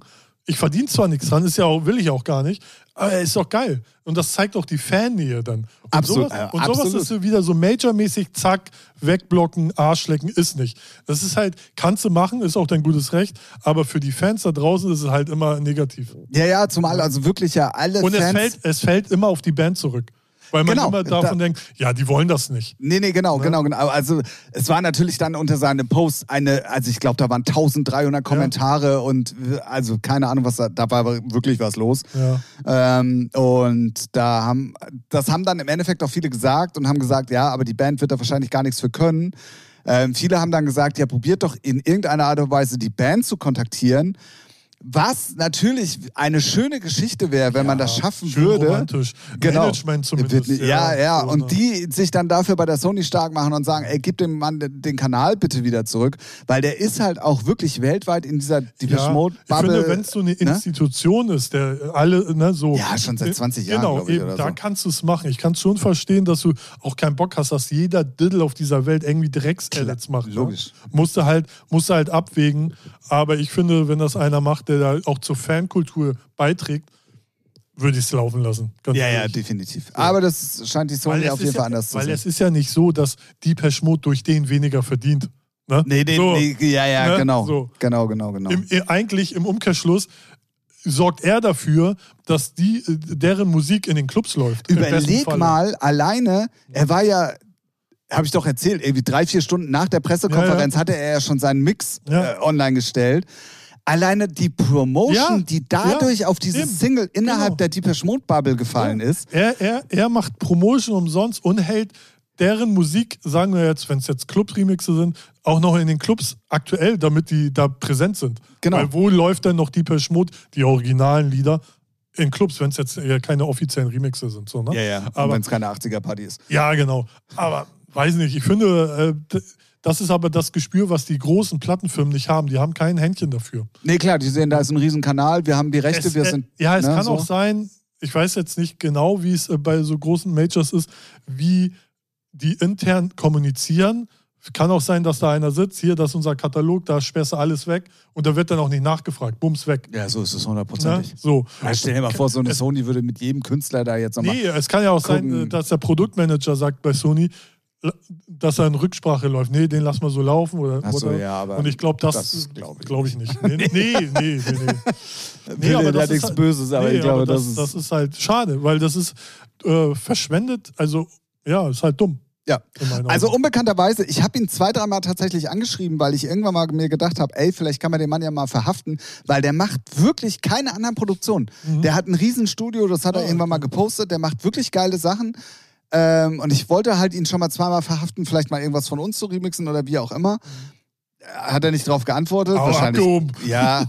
Ich verdiene zwar nichts dran, ist ja auch, will ich auch gar nicht, aber ist doch geil. Und das zeigt auch die Fannähe dann. Und Absolut, Sowas, äh, und sowas absolut. ist so wieder so majormäßig, zack, wegblocken, Arsch lecken, ist nicht. Das ist halt, kannst du machen, ist auch dein gutes Recht, aber für die Fans da draußen ist es halt immer negativ. Ja, ja, zumal also wirklich ja alle Und es Fans. fällt, es fällt immer auf die Band zurück. Weil man Genau, immer davon denkt, ja, die wollen das nicht. Nee, nee, Ne? genau, genau, genau. Also es war natürlich dann unter seinem Post eine, also ich glaube, da waren 1300 Kommentare und äh, also keine Ahnung, was da, da war aber wirklich was los. Ja. Ähm, und da haben, das haben dann im Endeffekt auch viele gesagt und haben gesagt, ja, aber die Band wird da wahrscheinlich gar nichts für können. Ähm, viele haben dann gesagt, ja, probiert doch in irgendeiner Art und Weise die Band zu kontaktieren. Was natürlich eine schöne Geschichte wäre, wenn man das schaffen schön würde. romantisch. Management zumindest, Wird, ja, ja, ja. so, und ne? die sich dann dafür bei der Sony stark machen und sagen, ey, gib dem Mann den den Kanal bitte wieder zurück. Weil der ist halt auch wirklich weltweit in dieser Depeche Mode ich Bubble. ne? finde, wenn es so eine Institution ist, der alle, ne, so. Ja, schon seit 20 Jahren, Genau, glaub ich, eben, oder da so. kannst du es machen. Ich kann es schon verstehen, dass du auch keinen Bock hast, dass jeder Diddle auf dieser Welt irgendwie Drecksellets macht. logisch. Ne? Musst du halt, musst du halt abwägen. Aber ich finde, wenn das einer macht, der da auch zur Fankultur beiträgt, würde ich es laufen lassen. Ganz ja, ja, ehrlich. definitiv. Aber das scheint die Weil Sony es auf ist jeden Fall ja, anders zu Weil sehen. es ist ja nicht so, dass die Peschmod durch den weniger verdient. Ne? Nee, nee, so. nee, ja, ja, Ne? genau. So. Genau, genau, genau. Im, äh, eigentlich im Umkehrschluss sorgt er dafür, dass die, äh, deren Musik in den Clubs läuft. im besten Überleg Falle. mal, alleine, er war ja, habe ich doch erzählt, irgendwie drei, vier Stunden nach der Pressekonferenz hatte er ja schon seinen Mix Ja. äh, online gestellt. Alleine die Promotion, Ja, die dadurch ja, auf diese eben, Single innerhalb genau. der Deepesh Mode Bubble gefallen ist. Er, er, er macht Promotion umsonst und hält deren Musik, sagen wir jetzt, wenn es jetzt Club-Remixe sind, auch noch in den Clubs aktuell, damit die da präsent sind. Genau. Weil wo läuft denn noch die Peschmut, die originalen Lieder, in Clubs, wenn es jetzt äh, keine offiziellen Remixe sind. So, ne? Aber Aber wenn es keine 80er-Party ist. Ja, genau. Aber weiß nicht, ich finde, äh, d- das ist aber das Gespür, was die großen Plattenfirmen nicht haben. Die haben kein Händchen dafür. Nee, klar, die sehen, da ist ein Riesenkanal, wir haben die Rechte, Es, wir äh, sind. ja, es ne, kann so. auch sein, ich weiß jetzt nicht genau, wie es äh, bei so großen Majors ist, wie die intern kommunizieren. Kann auch sein, dass da einer sitzt, hier, das ist unser Katalog, da sperrst du alles weg und da wird dann auch nicht nachgefragt. Bums weg. Ja, so ist es Ne? hundertprozentig. So. Ja, Stell dir mal vor, so eine Sony würde mit jedem Künstler da jetzt nochmal. Nee, es kann ja auch sein, gucken. äh, dass der Produktmanager sagt bei Sony, l- dass er in Rücksprache läuft. Nee, den lassen wir so laufen. Oder, Ach so, oder. ja, aber Und ich glaube, das, das glaub ich glaub ich nicht. Nee, nee, nee. nee, nee. Will ja nichts Böses, aber ich glaube, das, ist. halt das ist halt schade, weil das ist äh, verschwendet. Also, ja, ist halt dumm. ja. in meinen Augen. Also unbekannterweise, ich habe ihn zwei, dreimal tatsächlich angeschrieben, weil ich irgendwann mal mir gedacht habe, ey, vielleicht kann man den Mann ja mal verhaften, weil der macht wirklich keine anderen Produktionen. Der hat ein Riesenstudio, das hat er Ah, irgendwann mal gepostet, der macht wirklich geile Sachen. Ähm, und ich wollte halt ihn schon mal zweimal verhaften, vielleicht mal irgendwas von uns zu remixen oder wie auch immer. Äh, Hat er nicht drauf geantwortet? Aber um wahrscheinlich. abgehoben. Ja.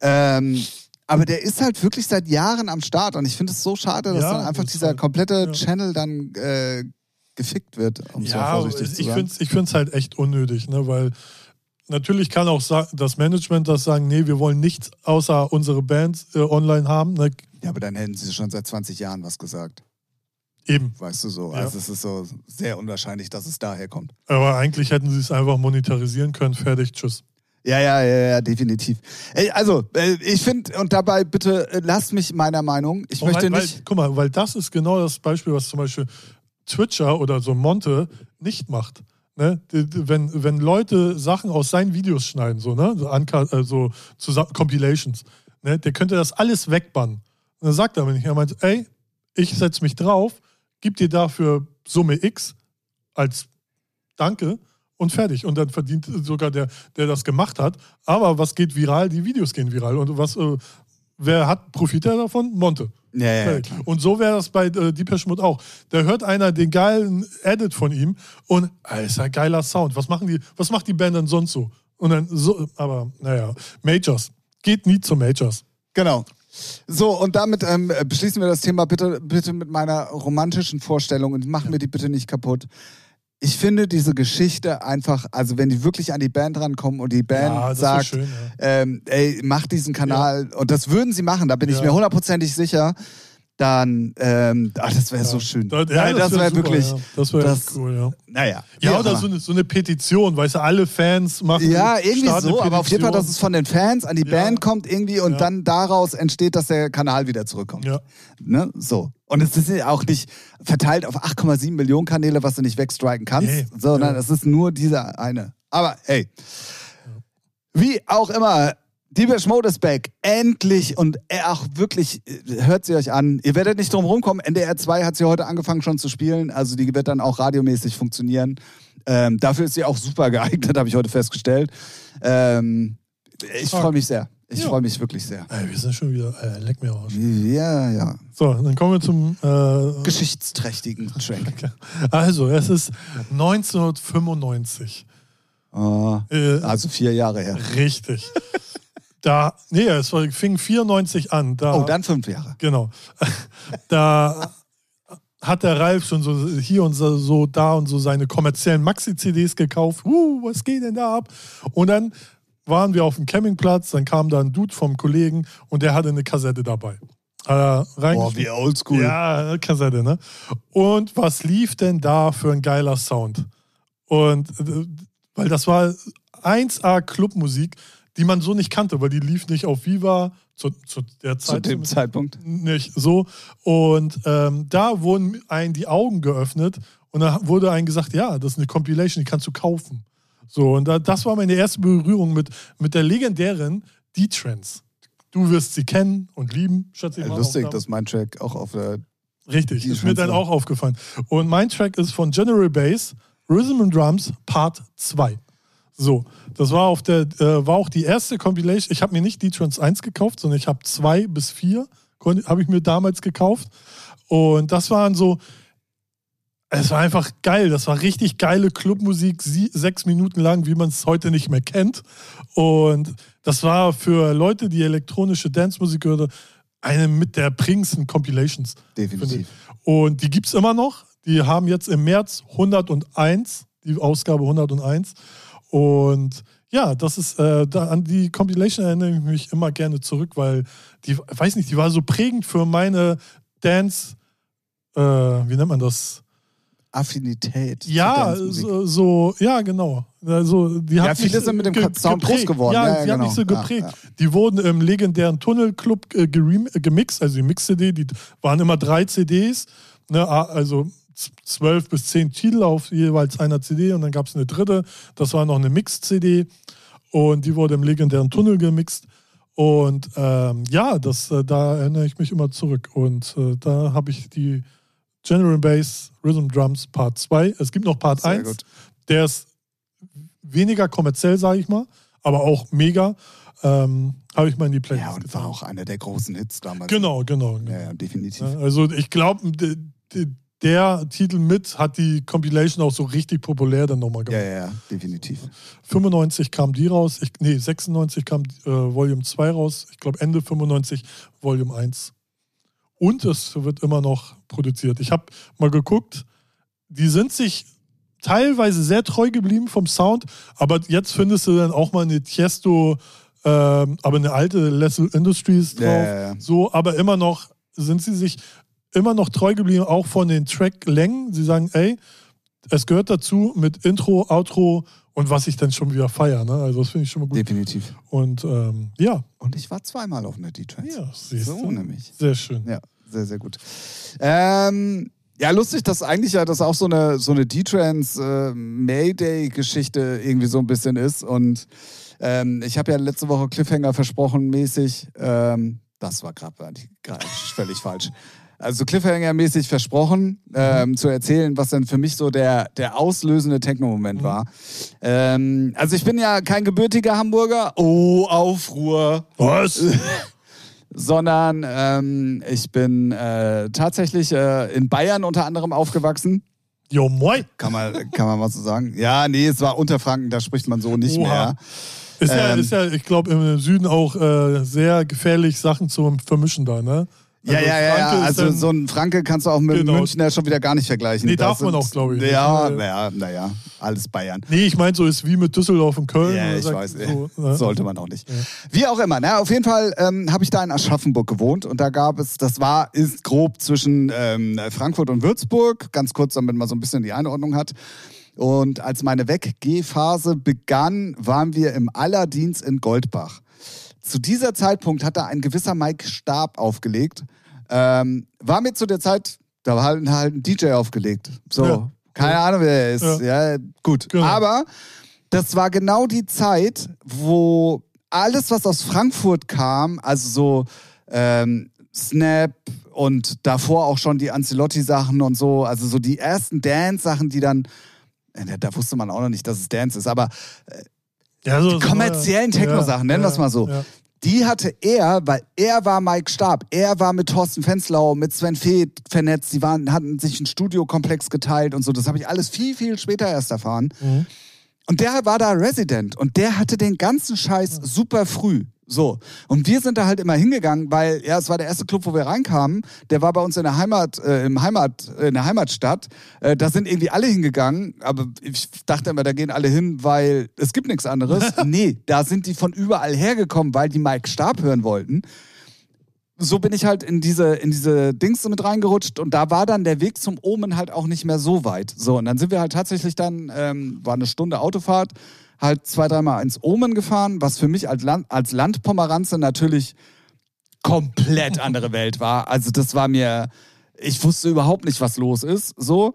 ähm, aber der ist halt wirklich seit Jahren am Start und ich finde es so schade, dass Ja, dann einfach ist dieser halt- komplette ja. Channel dann äh, gefickt wird, um es mal ja, vorsichtig zu ich sagen. finde es ich find's halt echt unnötig, ne? weil natürlich kann auch sa- das Management das sagen, nee, wir wollen nichts außer unsere Bands äh, online haben. Ne? Ja, aber dann hätten sie schon seit 20 Jahren was gesagt. Eben. Weißt du so? Ja. Also es ist so sehr unwahrscheinlich, dass es daher kommt. Aber eigentlich hätten sie es einfach monetarisieren können. Fertig, tschüss. Ja, ja, ja, ja, definitiv. Ey, also, äh, ich finde, und dabei bitte äh, lasst mich meiner Meinung. Ich Und möchte Oh, halt, weil, nicht. Weil, guck mal, weil das ist genau das Beispiel, was zum Beispiel Twitcher oder so Monte nicht macht. Ne? D- d- Wenn, wenn Leute Sachen aus seinen Videos schneiden, so, ne? so, Uncut, äh, so zusammen, Compilations, ne? der könnte das alles wegbannen. Und dann sagt er mir nicht, er meint, ey, ich setze mich drauf, gib dir dafür Summe X als Danke und fertig. Und dann verdient sogar der, der das gemacht hat. Aber was geht viral? Die Videos gehen viral. Und was, äh, wer hat, profitiert davon? Monte. Ja, ja, ja, Fertig. und so wäre das bei äh, Deepesh Mode auch. Da hört einer den geilen Edit von ihm und ah, ist ein geiler Sound. Was machen die, was macht die Band dann sonst so? Und dann so, aber naja, Majors. Geht nie zu Majors. Genau. So, und damit ähm, beschließen wir das Thema bitte, bitte mit meiner romantischen Vorstellung und mach mir die bitte nicht kaputt. ich finde diese Geschichte einfach, also wenn die wirklich an die Band rankommen und die Band Ja, Ah, das ist sagt, schön, ähm, ey, mach diesen Kanal und das würden sie machen, da bin ich Ja. mir hundertprozentig sicher, dann, ähm, ah, das wäre so schön. Da- Ey, das wär wäre super, wirklich, Ja. Das wäre das- cool, ja. naja. wie Ja, auch oder immer. so eine, so eine Petition, weißt du, alle Fans machen. Ja, irgendwie starten eine so, aber auf jeden Fall, dass es Petition. von den Fans an die Ja. Band kommt irgendwie und Ja. dann daraus entsteht, dass der Kanal wieder zurückkommt. Ja. Ne? So. Und es ist ja auch nicht verteilt auf 8,7 Millionen Kanäle, was du nicht wegstriken kannst, Nee. sondern Ja. es ist nur dieser eine. Aber hey, wie auch immer, Diebisch Mode ist back. Endlich und äh, auch wirklich, äh, hört sie euch an. Ihr werdet nicht drum rumkommen. NDR 2 hat sie heute angefangen schon zu spielen. Also die wird dann auch radiomäßig funktionieren. Ähm, dafür ist sie auch super geeignet, habe ich heute festgestellt. Ähm, ich Stark. freue mich sehr. Ich Ja. freue mich wirklich sehr. Ey, wir sind schon wieder. Ey, leck mir aus. Ja, ja. So, dann kommen wir zum. Äh, Geschichtsträchtigen Track. also, es ist 1995. Oh, Äh, also vier Jahre her. Richtig. da, nee, es war, fing 94 an. Da, Oh, dann fünf Jahre. Genau. Da hat der Ralf schon so hier und so, so da und so seine kommerziellen Maxi-CDs gekauft. Uh, was geht denn da ab? Und dann waren wir auf dem Campingplatz, dann kam da ein Dude vom Kollegen und der hatte eine Kassette dabei. Äh, Hat Boah, er reingespielt. wie oldschool. Ja, Kassette, ne? Und was lief denn da für ein geiler Sound? Und äh, weil das war 1A Clubmusik, die man so nicht kannte, weil die lief nicht auf Viva zu, zu der Zeit. Zu dem zumindest Zeitpunkt. nicht so. Und ähm, da wurden einem die Augen geöffnet und da wurde einem gesagt, ja, das ist eine Compilation, die kannst du kaufen. So, und da, das war meine erste Berührung mit, mit der legendären D-Trends. Du wirst sie kennen und lieben, schätze ich Äh, mal. Lustig, Aufnahmen. dass mein Track auch auf der. Richtig, Die ist mir Schwanz dann war. auch aufgefallen. Und mein Track ist von General Bass, Rhythm and Drums Part 2. So, das war auf der, äh, war auch die erste Compilation. Ich habe mir nicht die Trans 1 gekauft, sondern ich habe 2 bis 4, habe ich mir damals gekauft. Und das waren so, es war einfach geil. Das war richtig geile Clubmusik, sie, sechs Minuten lang, wie man es heute nicht mehr kennt. Und das war für Leute, die elektronische Dancemusik hörte, eine mit der prägendsten Compilations. Definitiv. Und die gibt es immer noch. Die haben jetzt im März 101, die Ausgabe 101. Und ja, das ist, äh, da, an die Compilation erinnere ich mich immer gerne zurück, weil die, weiß nicht, die war so prägend für meine Dance, äh, wie nennt man das? Affinität. zur Ja, Dancemusik. so, so, ja, genau. Also, die Ja, hat viele mich sind mit dem ge- Sound groß geprägt. geworden. Ja, Ja, ja, die hat genau. mich so Ja, geprägt. ja. Die wurden im legendären Tunnelclub äh, gerem- äh, gemixt, also die Mix-CD, die waren immer drei CDs, ne, a- also z- zwölf bis zehn Titel auf jeweils einer CD und dann gab es eine dritte, das war noch eine Mix-CD und die wurde im legendären Tunnel gemixt. Und ähm, ja, das, äh, da erinnere ich mich immer zurück. Und äh, da habe ich die General Bass Rhythm Drums Part 2. Es gibt noch Part Sehr 1. gut. Der ist weniger kommerziell, sage ich mal, aber auch mega. Ähm, habe ich mal in die Playlist ja, und war auch einer der großen Hits damals. Genau, genau. genau. Ja, ja definitiv. Ne, Also ich glaube, d- d- der Titel mit hat die Compilation auch so richtig populär dann nochmal Ja, gemacht. ja, ja, definitiv. 95 kam die raus, ich, nee, 96 kam äh, Volume 2 raus, ich glaube Ende 95 Volume 1. Und es wird immer noch produziert. Ich habe mal geguckt, die sind sich teilweise sehr treu geblieben vom Sound, aber jetzt findest du dann auch mal eine Tiesto, ähm, aber eine alte Lessel Industries drauf. Ja, ja, ja. So, aber immer noch sind sie sich immer noch treu geblieben, auch von den Tracklängen. Sie sagen, ey, es gehört dazu mit Intro, Outro und was ich dann schon wieder feiere. Ne? Also das finde ich schon mal gut. Definitiv. Und ähm, ja, Und ich war zweimal auf einer D-Trans. ja siehst so du. nämlich. Sehr schön. Ja, sehr, sehr gut. Ähm, ja, lustig, dass eigentlich ja das auch so eine, so eine D-Trans äh, Mayday-Geschichte irgendwie so ein bisschen ist. Und ähm, ich habe ja letzte Woche Cliffhanger versprochen, mäßig. Ähm, das war gerade grad völlig falsch. Also Cliffhanger-mäßig versprochen, ähm, zu erzählen, was dann für mich so der, der auslösende Techno-Moment war. Ähm, also ich bin ja kein gebürtiger Hamburger. Oh, Aufruhr Was? sondern ähm, ich bin äh, tatsächlich äh, in Bayern unter anderem aufgewachsen. Jo, moin. Kann man, kann man mal so sagen. Ja, nee, es war Unterfranken, da spricht man so nicht Oha. mehr. Also Ist ja, Ähm. ist ja ich glaube, im Süden auch äh, sehr gefährlich, Sachen zu vermischen da, ne? Ja, Also ja, ja, ja. Franke ist Also dann- so einen Franke kannst du auch mit Genau. Münchner schon wieder gar nicht vergleichen. Nee, Das darf man sind- auch, glaub ich, nicht. ne? Ja, Ja, ja. naja, naja, alles Bayern. Nee, ich meine, so ist wie mit Düsseldorf und Köln. Ja, Man ich sagt weiß. äh, So, ne? Sollte man auch nicht. Wie auch immer. Na, auf jeden Fall ähm, habe ich da in Aschaffenburg gewohnt und da gab es, das war, ist grob zwischen ähm, Frankfurt und Würzburg, ganz kurz, damit man so ein bisschen die Einordnung hat. Und als meine Weggehphase begann, waren wir im Allerdienst in Goldbach. Zu dieser Zeitpunkt hat da ein gewisser Mike Stab aufgelegt. Ähm, war mir zu der Zeit, da war halt, halt ein DJ aufgelegt. So, Ja. keine Ahnung, wer er ist. Ja, gut. Genau. Aber das war genau die Zeit, wo alles, was aus Frankfurt kam, also so ähm, Snap und davor auch schon die Ancelotti-Sachen und so, also so die ersten Dance-Sachen, die dann, äh, da wusste man auch noch nicht, dass es Dance ist, aber Ja, so- so- kommerziellen Techno-Sachen, nennen wir's mal so. Ja. die hatte er, weil er war Mike Stab, er war mit Thorsten Fenslau, mit Sven Feth vernetzt, die waren, hatten sich einen Studiokomplex geteilt und so, das habe ich alles viel, viel später erst erfahren. Mhm. Und der war da Resident und der hatte den ganzen Scheiß super früh. So. Und wir sind da halt immer hingegangen, weil ja, es war der erste Club, wo wir reinkamen. Der war bei uns in der Heimat, äh, im Heimat, äh, in der Heimatstadt. Äh, da sind irgendwie alle hingegangen, aber ich dachte immer, da gehen alle hin, weil es gibt nichts anderes. nee, da sind die von überall hergekommen, weil die Mike Stab hören wollten so bin ich halt in diese, in diese Dings mit reingerutscht und da war dann der Weg zum Omen halt auch nicht mehr so weit. So, und dann sind wir halt tatsächlich dann, ähm, war eine Stunde Autofahrt, halt zwei, dreimal ins Omen gefahren, was für mich als, Land, als Landpomeranze natürlich komplett andere Welt war. Also das war mir, ich wusste überhaupt nicht, was los ist. So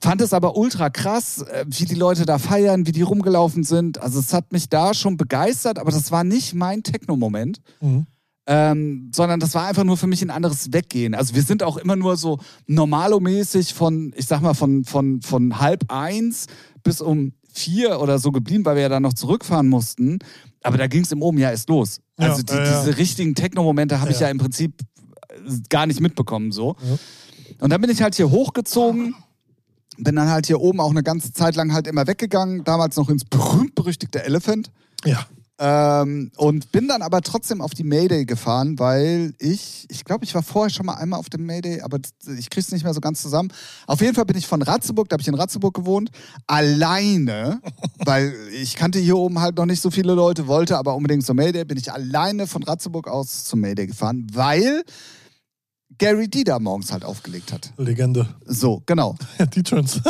fand es aber ultra krass, äh, wie die Leute da feiern, wie die rumgelaufen sind. Also es hat mich da schon begeistert, aber das war nicht mein Techno-Moment. Mhm. Ähm, sondern das war einfach nur für mich ein anderes Weggehen. Also wir sind auch immer nur so normalomäßig von, ich sag mal, von, von, von halb eins bis um vier oder so geblieben, weil wir ja dann noch zurückfahren mussten. Aber da ging es im Oben ja erst los. Ja, also die, ja, ja. diese richtigen Techno-Momente habe ich Ja. ja im Prinzip äh, gar nicht mitbekommen so. Und dann bin ich halt hier hochgezogen, bin dann halt hier oben auch eine ganze Zeit lang halt immer weggegangen, damals noch ins berühmt-berüchtigte Elephant. ja. Ähm, und bin dann aber trotzdem auf die Mayday gefahren, weil ich, ich glaube, ich war vorher schon mal einmal auf dem Mayday, aber d- ich krieg's nicht mehr so ganz zusammen. Auf jeden Fall bin ich von Ratzeburg, da habe ich in Ratzeburg gewohnt, alleine, weil ich kannte hier oben halt noch nicht so viele Leute, wollte aber unbedingt zum Mayday, bin ich alleine von Ratzeburg aus zum Mayday gefahren, weil Gary D da morgens halt aufgelegt hat. Legende. So, genau. Die Trends.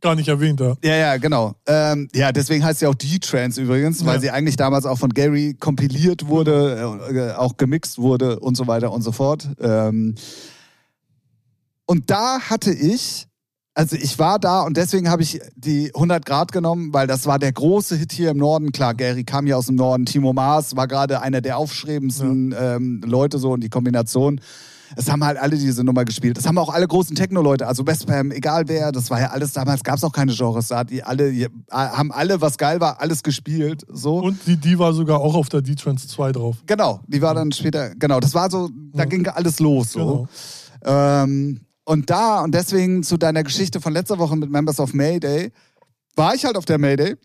Gar nicht erwähnt, ja. Ja, ja, genau. Ähm, ja, deswegen heißt sie auch D-Trance übrigens, weil Ja. sie eigentlich damals auch von Gary kompiliert wurde, äh, auch gemixt wurde und so weiter und so fort. Ähm, und da hatte ich, also ich war da und deswegen habe ich die 100 Grad genommen, weil das war der große Hit hier im Norden. Klar, Gary kam hier aus dem Norden. Timo Maas war gerade einer der aufstrebendsten ähm, Leute so und die Kombination. Es haben halt alle diese Nummer gespielt. Das haben auch alle großen Techno-Leute, also Westpam, egal wer. Das war ja alles damals, gab es auch keine Genres. Da hat die alle, die, haben alle, was geil war, alles gespielt. So. Und die, die war sogar auch auf der D-Trans 2 drauf. Genau, die war dann später, genau, das war so, da ging alles los. So. Genau. Ähm, und da, und deswegen zu deiner Geschichte von letzter Woche mit Members of Mayday, war ich halt auf der Mayday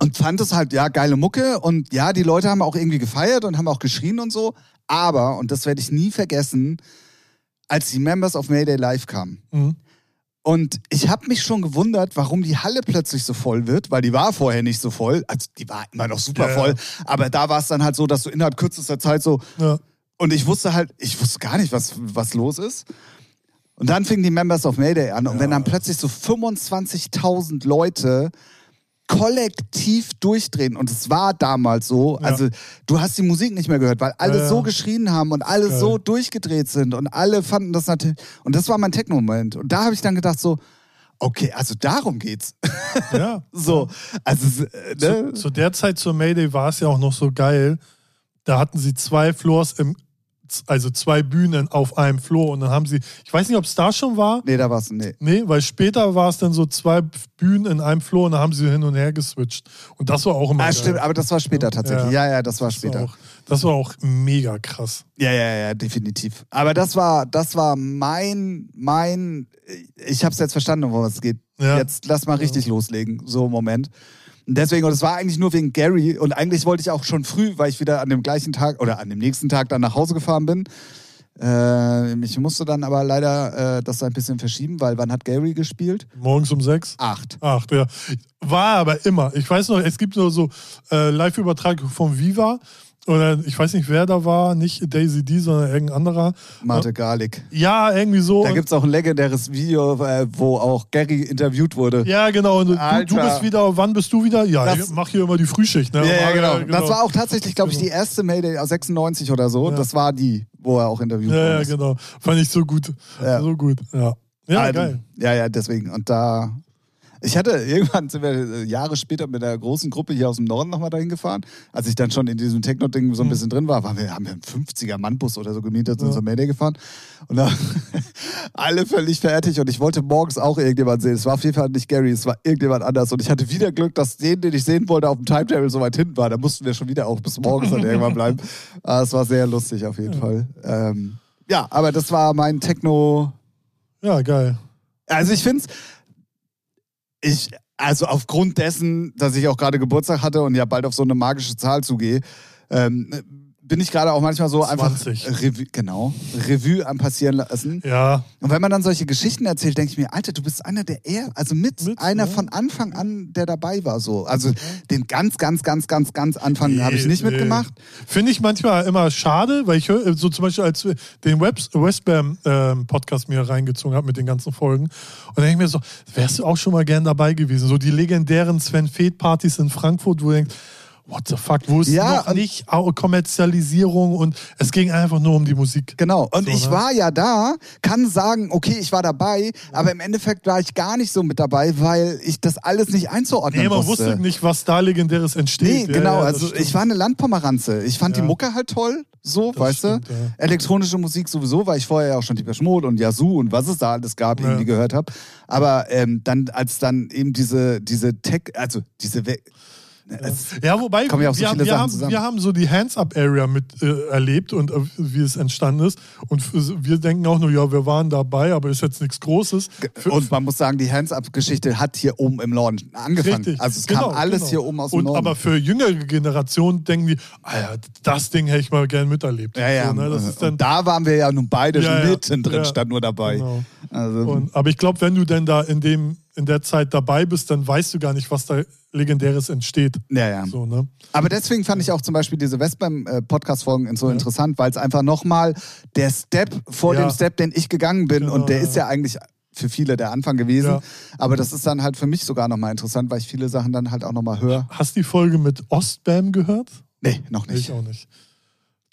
und fand es halt, ja, geile Mucke und ja, die Leute haben auch irgendwie gefeiert und haben auch geschrien und so, aber, und das werde ich nie vergessen, als die Members of Mayday live kamen. Mhm. Und ich habe mich schon gewundert, warum die Halle plötzlich so voll wird, weil die war vorher nicht so voll. Also die war immer noch super Ja, ja. voll, aber da war es dann halt so, dass du innerhalb kürzester Zeit so Ja. und ich wusste halt, ich wusste gar nicht, was, was los ist. Und dann fingen die Members of Mayday an. Und wenn dann plötzlich so 25.000 Leute kollektiv durchdrehen, und es war damals so, also du hast die Musik nicht mehr gehört, weil alle Ja, ja. so geschrien haben und alle Geil. so durchgedreht sind und alle fanden das natürlich. Und das war mein Techno-Moment. Und da habe ich dann gedacht so, okay, also darum geht's. ja. so, also, äh, ne? Zu, zu der Zeit zur Mayday war es ja auch noch so geil. Da hatten sie zwei Floors im, also zwei Bühnen auf einem Floor und dann haben sie, ich weiß nicht, ob es da schon war. nee, da war's, nee. Nee, weil später war es dann so zwei Bühnen in einem Floor und dann haben sie hin und her geswitcht. Und das war auch immer Ah, geil. stimmt, aber das war später tatsächlich. Ja, Ja. ja, das war Das später. war, auch, das war auch mega krass. Ja, ja, ja, definitiv. Aber das war, das war mein, mein, ich habe es jetzt verstanden, worum es geht. Ja. Jetzt lass mal richtig loslegen, so im Moment. Und deswegen, und es war eigentlich nur wegen Gary und eigentlich wollte ich auch schon früh, weil ich wieder an dem gleichen Tag oder an dem nächsten Tag dann nach Hause gefahren bin, Äh, ich musste dann aber leider äh, das ein bisschen verschieben, weil wann hat Gary gespielt? Morgens um sechs? Acht. Acht, ja. War aber immer. Ich weiß noch, es gibt so, so äh, Live-Übertragung von Viva. Oder ich weiß nicht, wer da war. Nicht Daisy D, sondern irgendein anderer. Äh, Marte Garlic. Ja, irgendwie so. Da Und- gibt es auch ein legendäres Video, äh, wo auch Gary interviewt wurde. ja, genau. Und du, du Alter. bist wieder, wann bist du wieder? Ja, Das- ich mach hier immer die Frühschicht. Ne? Ja, ja, Mach- genau. Das war auch tatsächlich, glaube ich, die erste Mayday aus 96 oder so. Das war die, wo er auch interviewt Ja, wurde. ja, genau. Fand ich so gut. Ja. So gut, ja. Ja, Also, geil. Ja, ja, deswegen. Und da. Ich hatte irgendwann, sind wir äh, Jahre später mit einer großen Gruppe hier aus dem Norden nochmal dahin gefahren. Als ich dann schon in diesem Techno-Ding Hm. so ein bisschen drin war, waren wir, haben wir einen 50er-Mannbus oder so gemietet und sind zur Mayday gefahren. Und da alle völlig fertig. Und ich wollte morgens auch irgendjemand sehen. Es war auf jeden Fall nicht Gary, es war irgendjemand anders. Und ich hatte wieder Glück, dass den, den ich sehen wollte, auf dem Timetable so weit hinten war. Da mussten wir schon wieder auch bis morgens dann irgendwann bleiben. Aber es war sehr lustig auf jeden Fall. Ähm, ja, aber das war mein Techno. Ja, geil. Also ich finde es, ich, also aufgrund dessen, dass ich auch gerade Geburtstag hatte und ja bald auf so eine magische Zahl zugehe, ähm, bin ich gerade auch manchmal so einfach 20. Revue, genau, Revue am passieren lassen. Ja, Und wenn man dann solche Geschichten erzählt, denke ich mir, Alter, du bist einer der er, also mit, Mit, ne? einer ja. von Anfang an, der dabei war so. Also den ganz, ganz, ganz, ganz, ganz Anfang habe ich nicht Nee, mitgemacht. nee. Finde ich manchmal immer schade, weil ich höre, so zum Beispiel als wir den Webs- Westbam-Podcast mir reingezogen habe mit den ganzen Folgen. Und dann denke ich mir so, wärst du auch schon mal gern dabei gewesen. So die legendären Sven-Feth-Partys in Frankfurt, wo du denkst, what the fuck, wo ist Ja, noch und- nicht Au- Kommerzialisierung und es ging einfach nur um die Musik. Genau. Und So, ich ne? war ja da, kann sagen, okay, ich war dabei, aber im Endeffekt war ich gar nicht so mit dabei, weil ich das alles nicht einzuordnen Nee, man wusste. wusste nicht, was da Legendäres Nee, entsteht. Ja, genau. ja, das also stimmt. ich war eine Landpomeranze. Ich fand Ja. die Mucke halt toll, so, Das weißt stimmt, du. ja. Elektronische Musik sowieso, weil ich vorher ja auch schon die Beschmut und Yazoo und was es da alles gab, Ja. irgendwie gehört habe. Aber ähm, dann, als dann eben diese, diese Tech, also diese We ne, es, Ja, wobei, Kommen ja auch so wir, haben, viele wir, Sachen haben, zusammen. wir haben so die Hands-Up-Area mit äh, erlebt und äh, wie es entstanden ist. Und f- wir denken auch nur, ja, wir waren dabei, aber ist jetzt nichts Großes. F- und man muss sagen, die Hands-Up-Geschichte hat hier oben im Norden angefangen. Richtig. Also es genau, kam alles genau. hier oben aus dem und, Norden. Aber für jüngere Generationen denken die, ah ja, das Ding hätte ich mal gern miterlebt. Ja, ja. So, ne, das ist und dann, da waren wir ja nun beide Ja, ja. mitten drin, Ja. statt nur dabei. Genau. Also, und, aber ich glaube, wenn du denn da in, dem, in der Zeit dabei bist, dann weißt du gar nicht, was da Legendäres entsteht. ja, ja. So, ne? Aber deswegen fand ich auch zum Beispiel diese Westbam-Podcast-Folgen so interessant, weil es einfach nochmal der Step vor Ja. dem Step, den ich gegangen bin, Genau, und der ja. ist ja eigentlich für viele der Anfang gewesen. Ja. Aber das ist dann halt für mich sogar nochmal interessant, weil ich viele Sachen dann halt auch nochmal höre. Hast du die Folge mit Ostbam gehört? Nee, noch Ich nicht. auch nicht.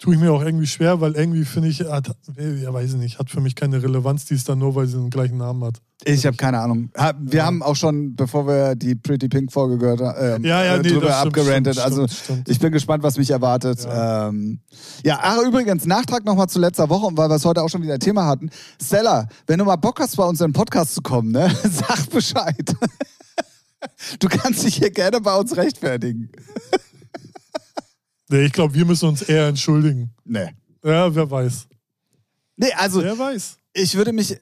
Tue ich mir auch irgendwie schwer, weil irgendwie finde ich, hat, ja, weiß ich nicht, hat für mich keine Relevanz, die ist dann nur, weil sie den gleichen Namen hat. Ich habe keine Ahnung. Ha- Wir haben auch schon, bevor wir die Pretty Pink Folge gehört haben, ähm, Ja, ja, äh, nee, drüber das stimmt, abgerantet. stimmt, also stimmt, stimmt. ich bin gespannt, was mich erwartet. Ja, ähm, ja ach, übrigens, Nachtrag nochmal zu letzter Woche, und weil wir es heute auch schon wieder Thema hatten. Stella, wenn du mal Bock hast, bei uns in den Podcast zu kommen, ne, sag Bescheid. Du kannst dich hier gerne bei uns rechtfertigen. Nee, ich glaube, wir müssen uns eher entschuldigen. Nee. Ja, wer weiß. Ne. Nee, also Wer weiß. ich würde mich,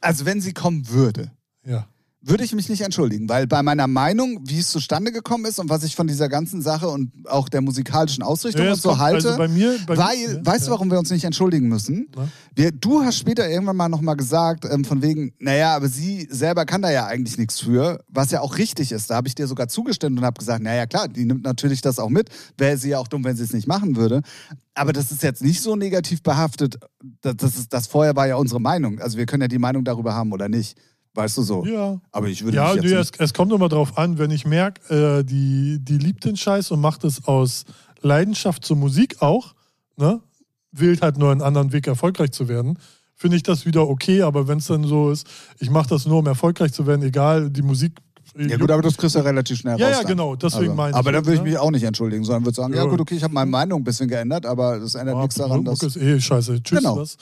also wenn sie kommen würde, Ja. würde ich mich nicht entschuldigen, weil bei meiner Meinung, wie es zustande gekommen ist und was ich von dieser ganzen Sache und auch der musikalischen Ausrichtung ja und es so kommt- halte, also bei mir, bei weil, mir, weißt ja. du, warum wir uns nicht entschuldigen müssen? Na? Wir, du hast später irgendwann mal nochmal gesagt, ähm, von wegen, naja, aber sie selber kann da ja eigentlich nichts für, was ja auch richtig ist. Da habe ich dir sogar zugestimmt und habe gesagt, naja, klar, die nimmt natürlich das auch mit. Wäre sie ja auch dumm, wenn sie es nicht machen würde. Aber das ist jetzt nicht so negativ behaftet. Das, das, ist, das vorher war ja unsere Meinung. Also wir können ja die Meinung darüber haben oder nicht. Weißt du so? Ja. Aber ich würde Ja, mich jetzt nee, nicht es, es kommt immer drauf an, wenn ich merke, äh, die, die liebt den Scheiß und macht es aus Leidenschaft zur Musik auch, ne? wählt halt nur einen anderen Weg, erfolgreich zu werden, finde ich das wieder okay, aber wenn es dann so ist, ich mache das nur, um erfolgreich zu werden, egal, die Musik. äh, Ja gut, aber das kriegst du ja relativ schnell Ja, raus. ja, dann. genau, deswegen also, meine ich Aber das, dann würde ich ne? mich auch nicht entschuldigen, sondern würde sagen, ja, Ja. gut, okay, ich habe meine Meinung ein bisschen geändert, aber das ändert nichts daran, dass... ist eh scheiße. Tschüss. Genau. Was.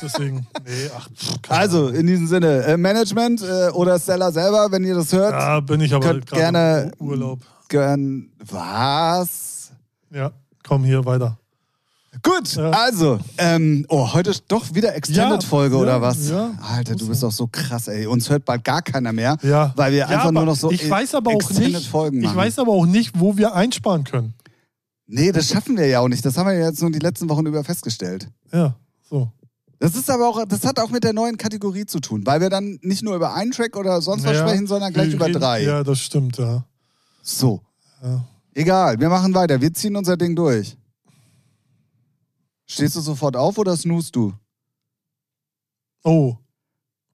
Deswegen, nee, ach, pff, keine Also, in diesem Sinne, äh, Management äh, oder Stella selber, wenn ihr das hört, Ahnung. da bin ich aber könnt gerade gerne- im Urlaub. gern... Was? Ja, komm hier weiter. Gut, Ja. also, ähm, oh, heute ist doch wieder Extended-Folge Ja, oder ja, was? ja. Alter, du bist doch so krass, ey. Uns hört bald gar keiner mehr, Ja. weil wir ja, einfach aber nur noch so ich weiß aber auch nicht, Extended-Folgen Ich machen. weiß aber auch nicht, wo wir einsparen können. nee, das schaffen wir ja auch nicht. Das haben wir ja jetzt nur die letzten Wochen über festgestellt. Ja, So. Das ist aber auch, das hat auch mit der neuen Kategorie zu tun, weil wir dann nicht nur über einen Track oder sonst was Ja, sprechen, sondern gleich wir über reden- drei. Ja, das stimmt, ja. So. Ja. Egal, wir machen weiter. Wir ziehen unser Ding durch. Stehst du sofort auf oder snoost du? Oh,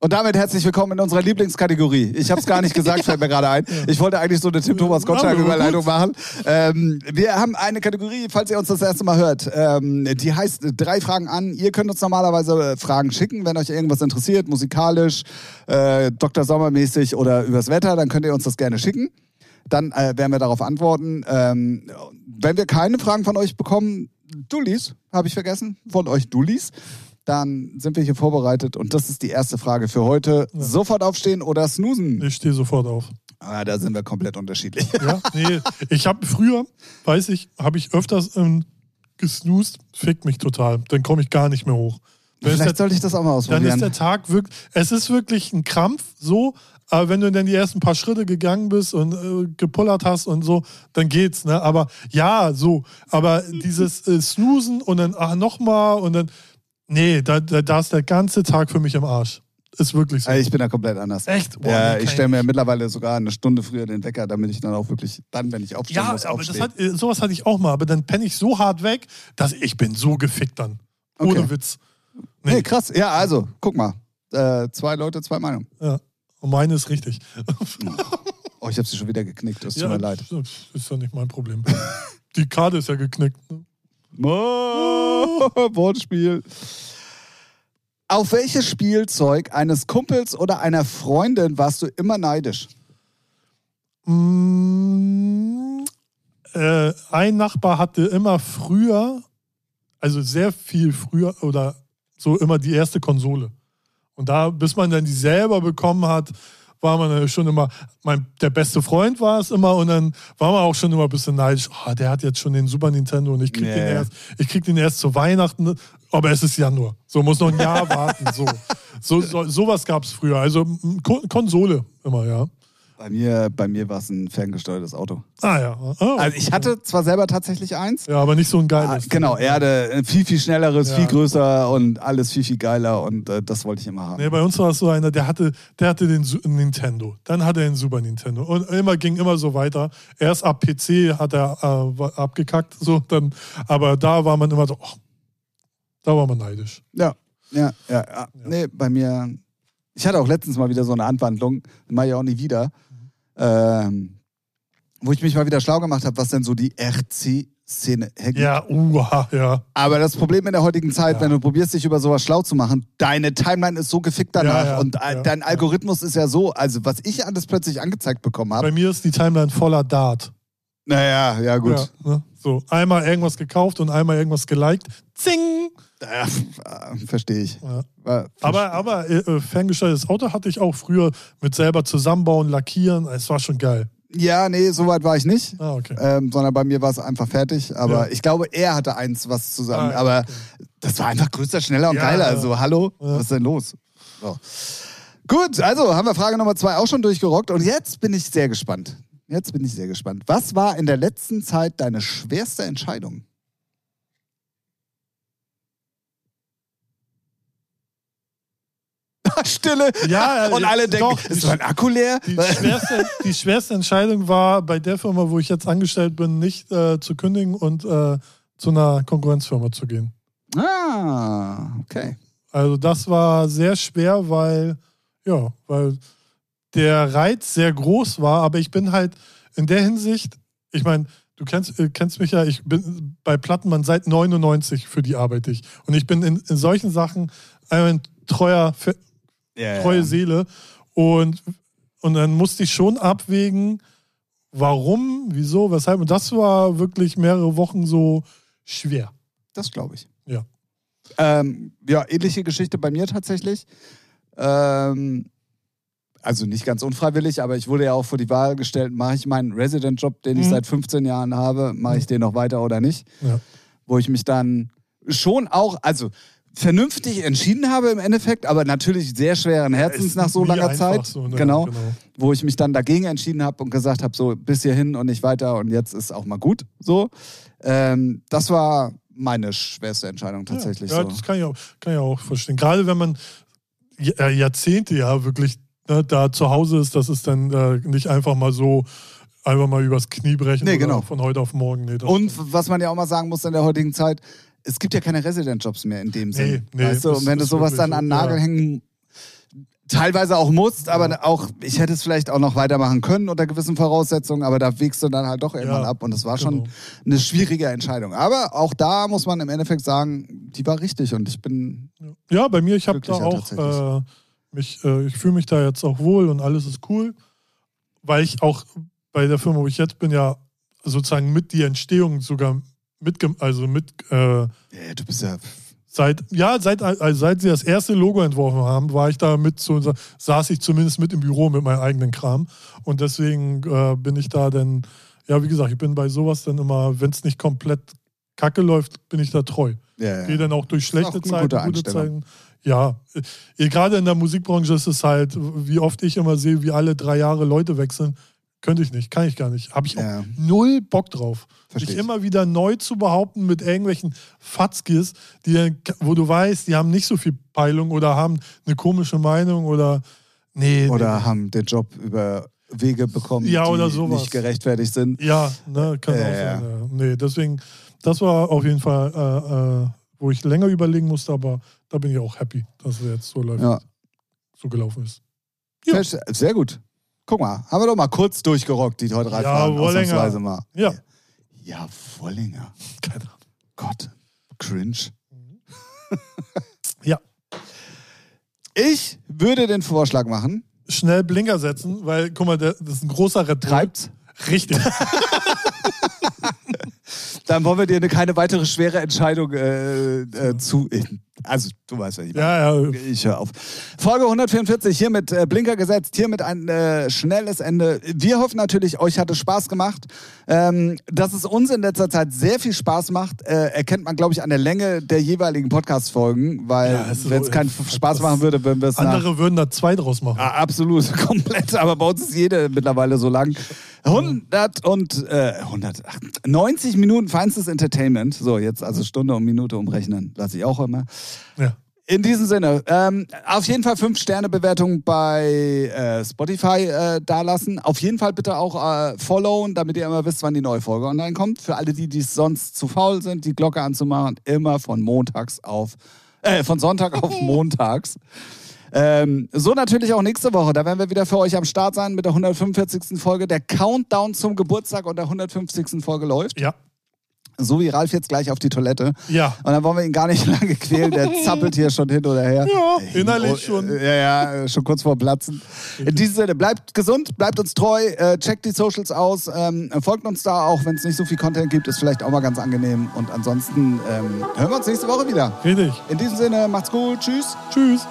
Und damit herzlich willkommen in unserer Lieblingskategorie. Ich habe es gar nicht gesagt, fällt mir gerade ein. Ich wollte eigentlich so eine Tim-Thomas-Gottschalk-Überleitung machen. Ähm, wir haben eine Kategorie, falls ihr uns das erste Mal hört. Ähm, die heißt äh, drei Fragen an. Ihr könnt uns normalerweise äh, Fragen schicken, wenn euch irgendwas interessiert, musikalisch, äh, Dr. Sommermäßig oder übers Wetter, dann könnt ihr uns das gerne schicken. Dann äh, werden wir darauf antworten. Ähm, wenn wir keine Fragen von euch bekommen, Dullis, habe ich vergessen, von euch Dullis, dann sind wir hier vorbereitet und das ist die erste Frage für heute. Sofort aufstehen oder snoosen? ich stehe sofort auf. Ah, da sind wir komplett unterschiedlich. Ja, nee, ich habe früher, weiß ich, habe ich öfters ähm, gesnoost, fickt mich total. Dann komme ich gar nicht mehr hoch. Dann ist, Vielleicht der, sollte ich das auch mal dann ist der ausprobieren. Tag wirklich, es ist wirklich ein Krampf, so, aber wenn du dann die ersten paar Schritte gegangen bist und äh, gepullert hast und so, dann geht's, ne? Aber ja, so, aber dieses äh, Snoosen und dann, ach, nochmal und dann, nee, da, da, da ist der ganze Tag für mich im Arsch. Ist wirklich so. Äh, Ich bin da komplett anders. Echt? Boah, ja, nee, kann ich stelle mir nicht. mittlerweile sogar eine Stunde früher den Wecker, damit ich dann auch wirklich, dann, wenn ich aufstehen Ja, muss, aber das aufstehe. hat, äh, sowas hatte ich auch mal, aber dann penne ich so hart weg, dass ich bin so gefickt dann. Ohne Okay. Witz. nee. nee. krass. Ja, also, guck mal. Äh, zwei Leute, zwei Meinungen. Ja. Und meine ist richtig. Oh, ich habe sie schon wieder geknickt. Das tut mir leid. Ist ja nicht mein Problem. Die Karte ist ja geknickt. ne? Oh, Wortspiel. Auf welches Spielzeug eines Kumpels oder einer Freundin warst du immer neidisch? Mm, äh, ein Nachbar hatte immer früher, also sehr viel früher oder so immer die erste Konsole. Und da, bis man dann die selber bekommen hat, war man dann schon immer, mein, der beste Freund war es immer und dann war man auch schon immer ein bisschen neidisch. Ah, der hat jetzt schon den Super Nintendo und ich krieg, Nee. den, erst, ich krieg den erst zu Weihnachten, aber es ist Januar. So, muss noch ein Jahr warten. So, so, so sowas gab es früher. Also mm, Ko- Konsole immer, ja. Bei mir, bei mir war es ein ferngesteuertes Auto. Ah ja. Ah, Also ich hatte zwar selber tatsächlich eins. Ja, aber nicht so ein Ah, geiles. genau, er hatte ein viel, viel schnelleres, Ja. viel größer und alles viel, viel geiler und äh, das wollte ich immer haben. Nee, bei uns war es so einer, der hatte, der hatte den Su Nintendo, dann hatte er den Super Nintendo und immer ging immer so weiter. Erst ab PC hat er äh, wa- abgekackt, so dann, aber da war man immer so, ach, da war man neidisch. Ja, ja, ja, ja. Nee, bei mir. Ich hatte auch letztens mal wieder so eine Anwandlung, mache ich auch nie wieder, ähm, wo ich mich mal wieder schlau gemacht habe, was denn so die RC-Szene hergibt. Ja, uha, ja, Aber das Problem in der heutigen Zeit, Ja. wenn du probierst, dich über sowas schlau zu machen, deine Timeline ist so gefickt danach Ja, ja, und äh, ja, dein ja. Algorithmus ist ja so, also was ich alles plötzlich angezeigt bekommen habe. Bei mir ist die Timeline voller Dart. Naja, ja gut. Ja, ne? So, einmal irgendwas gekauft und einmal irgendwas geliked. Zing! Ja. Äh, Verstehe ich. Ja. Äh, Aber, aber äh, äh, ferngesteuertes Auto hatte ich auch früher mit selber zusammenbauen, lackieren. Es war schon geil. Ja, nee, so weit war ich nicht. Ah, okay. Ähm, sondern bei mir war es einfach fertig. Aber Ja. ich glaube, er hatte eins, was zusammen. Ah, ja, aber das war einfach größer, schneller und Ja, geiler. ja. Also, hallo, Ja. was ist denn los? So. Gut, also haben wir Frage Nummer zwei auch schon durchgerockt. Und jetzt bin ich sehr gespannt. Jetzt bin ich sehr gespannt. Was war in der letzten Zeit deine schwerste Entscheidung? Stille. Ja, und ja, alle denken, doch, ist die- mein Akku leer? Die schwerste, die schwerste Entscheidung war, bei der Firma, wo ich jetzt angestellt bin, nicht äh, zu kündigen und äh, zu einer Konkurrenzfirma zu gehen. Ah, okay. Also das war sehr schwer, weil, ja, weil der Reiz sehr groß war, aber ich bin halt in der Hinsicht, ich meine, du kennst, äh, kennst mich ja, ich bin bei Plattenmann seit 99 für die arbeite ich. Und ich bin in, in solchen Sachen ein treuer Fa- Ähm. treue Seele. Und, und dann musste ich schon abwägen, warum, wieso, weshalb. Und das war wirklich mehrere Wochen so schwer. Das glaube ich. Ja. Ähm, ja, ähnliche Geschichte bei mir tatsächlich. Ähm, also nicht ganz unfreiwillig, aber ich wurde ja auch vor die Wahl gestellt, mache ich meinen Resident-Job, den ich Mhm. seit 15 Jahren habe, mache ich den noch weiter oder nicht? Ja. Wo ich mich dann schon auch, also vernünftig entschieden habe im Endeffekt, aber natürlich sehr schweren Herzens Ist nach so nie langer einfach Zeit. so, ne? genau wo ich mich dann dagegen entschieden habe und gesagt habe, so bis hierhin und nicht weiter und jetzt ist auch mal gut. So, ähm, das war meine schwerste Entscheidung tatsächlich. ja, ja so. das kann ich, auch, kann ich auch verstehen. Gerade wenn man J- äh, Jahrzehnte ja wirklich ne, da zu Hause ist, das ist dann äh, nicht einfach mal so, einfach mal übers Knie brechen Nee, oder genau. von heute auf morgen. Nee, das Und was man ja auch mal sagen muss in der heutigen Zeit, es gibt ja keine Resident-Jobs mehr in dem Sinne. nee, weißt du? das Und wenn du ist sowas dann wirklich an den so, Nagel ja. hängen, teilweise auch musst, aber auch, ich hätte es vielleicht auch noch weitermachen können unter gewissen Voraussetzungen, aber da wiegst du dann halt doch irgendwann ab. Und das war schon genau. eine schwierige Entscheidung. Aber auch da muss man im Endeffekt sagen, die war richtig und ich bin Ja, bei mir, ich habe da Glücklicher auch, äh, tatsächlich. mich, äh, ich fühle mich da jetzt auch wohl und alles ist cool, weil ich auch bei der Firma, wo ich jetzt bin, ja sozusagen mit die Entstehung sogar mitge also mit, äh, Ja, du bist ja. seit, ja, seit, also seit sie das erste Logo entworfen haben, war ich da mit, so, saß ich zumindest mit im Büro mit meinem eigenen Kram und deswegen äh, bin ich da dann, ja, wie gesagt, ich bin bei sowas dann immer, wenn es nicht komplett kacke läuft, bin ich da treu Ja, gehe ja. dann auch durch auch schlechte eine gute Zeiten, gute Einstellung. Zeiten. Ja, eh, gerade in der Musikbranche ist es halt, wie oft ich immer sehe, wie alle drei Jahre Leute wechseln. Könnte ich nicht, kann ich gar nicht. Habe ich auch Ja. null Bock drauf. Versteh Sich ich. immer wieder neu zu behaupten mit irgendwelchen Fatzkis, die, dann- wo du weißt, die haben nicht so viel Peilung oder haben eine komische Meinung oder. Nee. Oder haben den Job über Wege bekommen, Ja, die oder sowas. nicht gerechtfertigt sind. nee. Ja, ne, kann Ja, auch ja, sein. Ja. Nee, deswegen, das war auf jeden Fall, äh, äh, wo ich länger überlegen musste, aber da bin ich auch happy, dass es jetzt so läuft. Ja. so gelaufen ist. Sehr, sch- sehr gut. Guck mal, haben wir doch mal kurz durchgerockt, die heute drei Ja, Fragen Wollinger. ausnahmsweise mal. Ja. Ja, Wollinger. Keine Ahnung. Gott, cringe. Ja. Ich würde den Vorschlag machen. Schnell Blinker setzen, weil, guck mal, der, das ist ein großer Red Bull. Treibt's. Richtig. Dann wollen wir dir eine, keine weitere schwere Entscheidung äh, äh, zu. Also, du weißt, was ich meine. ja, ja. Ich höre auf. Folge 144, hier mit äh, Blinker gesetzt, hier mit ein äh, schnelles Ende. Wir hoffen natürlich, euch hat es Spaß gemacht. Ähm, dass es uns in letzter Zeit sehr viel Spaß macht, äh, erkennt man, glaube ich, an der Länge der jeweiligen Podcast-Folgen, weil Ja, es ist wenn es so, keinen äh, Spaß machen würde, würden wir es nach... Andere würden da zwei draus machen. Ah, absolut, komplett, aber bei uns ist jede mittlerweile so lang. 100 und äh, 100, ach, 90 Minuten feinstes Entertainment. So, jetzt also Stunde und Minute umrechnen, lasse ich auch immer. Ja. In diesem Sinne, ähm, auf jeden Fall 5-Sterne-Bewertung bei äh, Spotify äh, dalassen. Auf jeden Fall bitte auch äh, followen, damit ihr immer wisst, wann die neue Folge online kommt. Für alle, die, die sonst zu faul sind, die Glocke anzumachen, immer von montags auf, äh, von Sonntag auf montags. Ähm, so natürlich auch nächste Woche. Da werden wir wieder für euch am Start sein mit der 145. Folge. Der Countdown zum Geburtstag und der 150. Folge läuft. Ja. So wie Ralf jetzt gleich auf die Toilette. Ja. Und dann wollen wir ihn gar nicht lange quälen. Der zappelt hier schon hin oder her. Ja, Äh, innerlich oh, schon. äh, Ja, ja, äh, schon kurz vor Platzen. In diesem Sinne, bleibt gesund, bleibt uns treu, äh, checkt die Socials aus, ähm, folgt uns da auch, wenn es nicht so viel Content gibt, ist vielleicht auch mal ganz angenehm. Und ansonsten ähm, hören wir uns nächste Woche wieder. Richtig. In diesem Sinne, macht's gut, tschüss. Tschüss.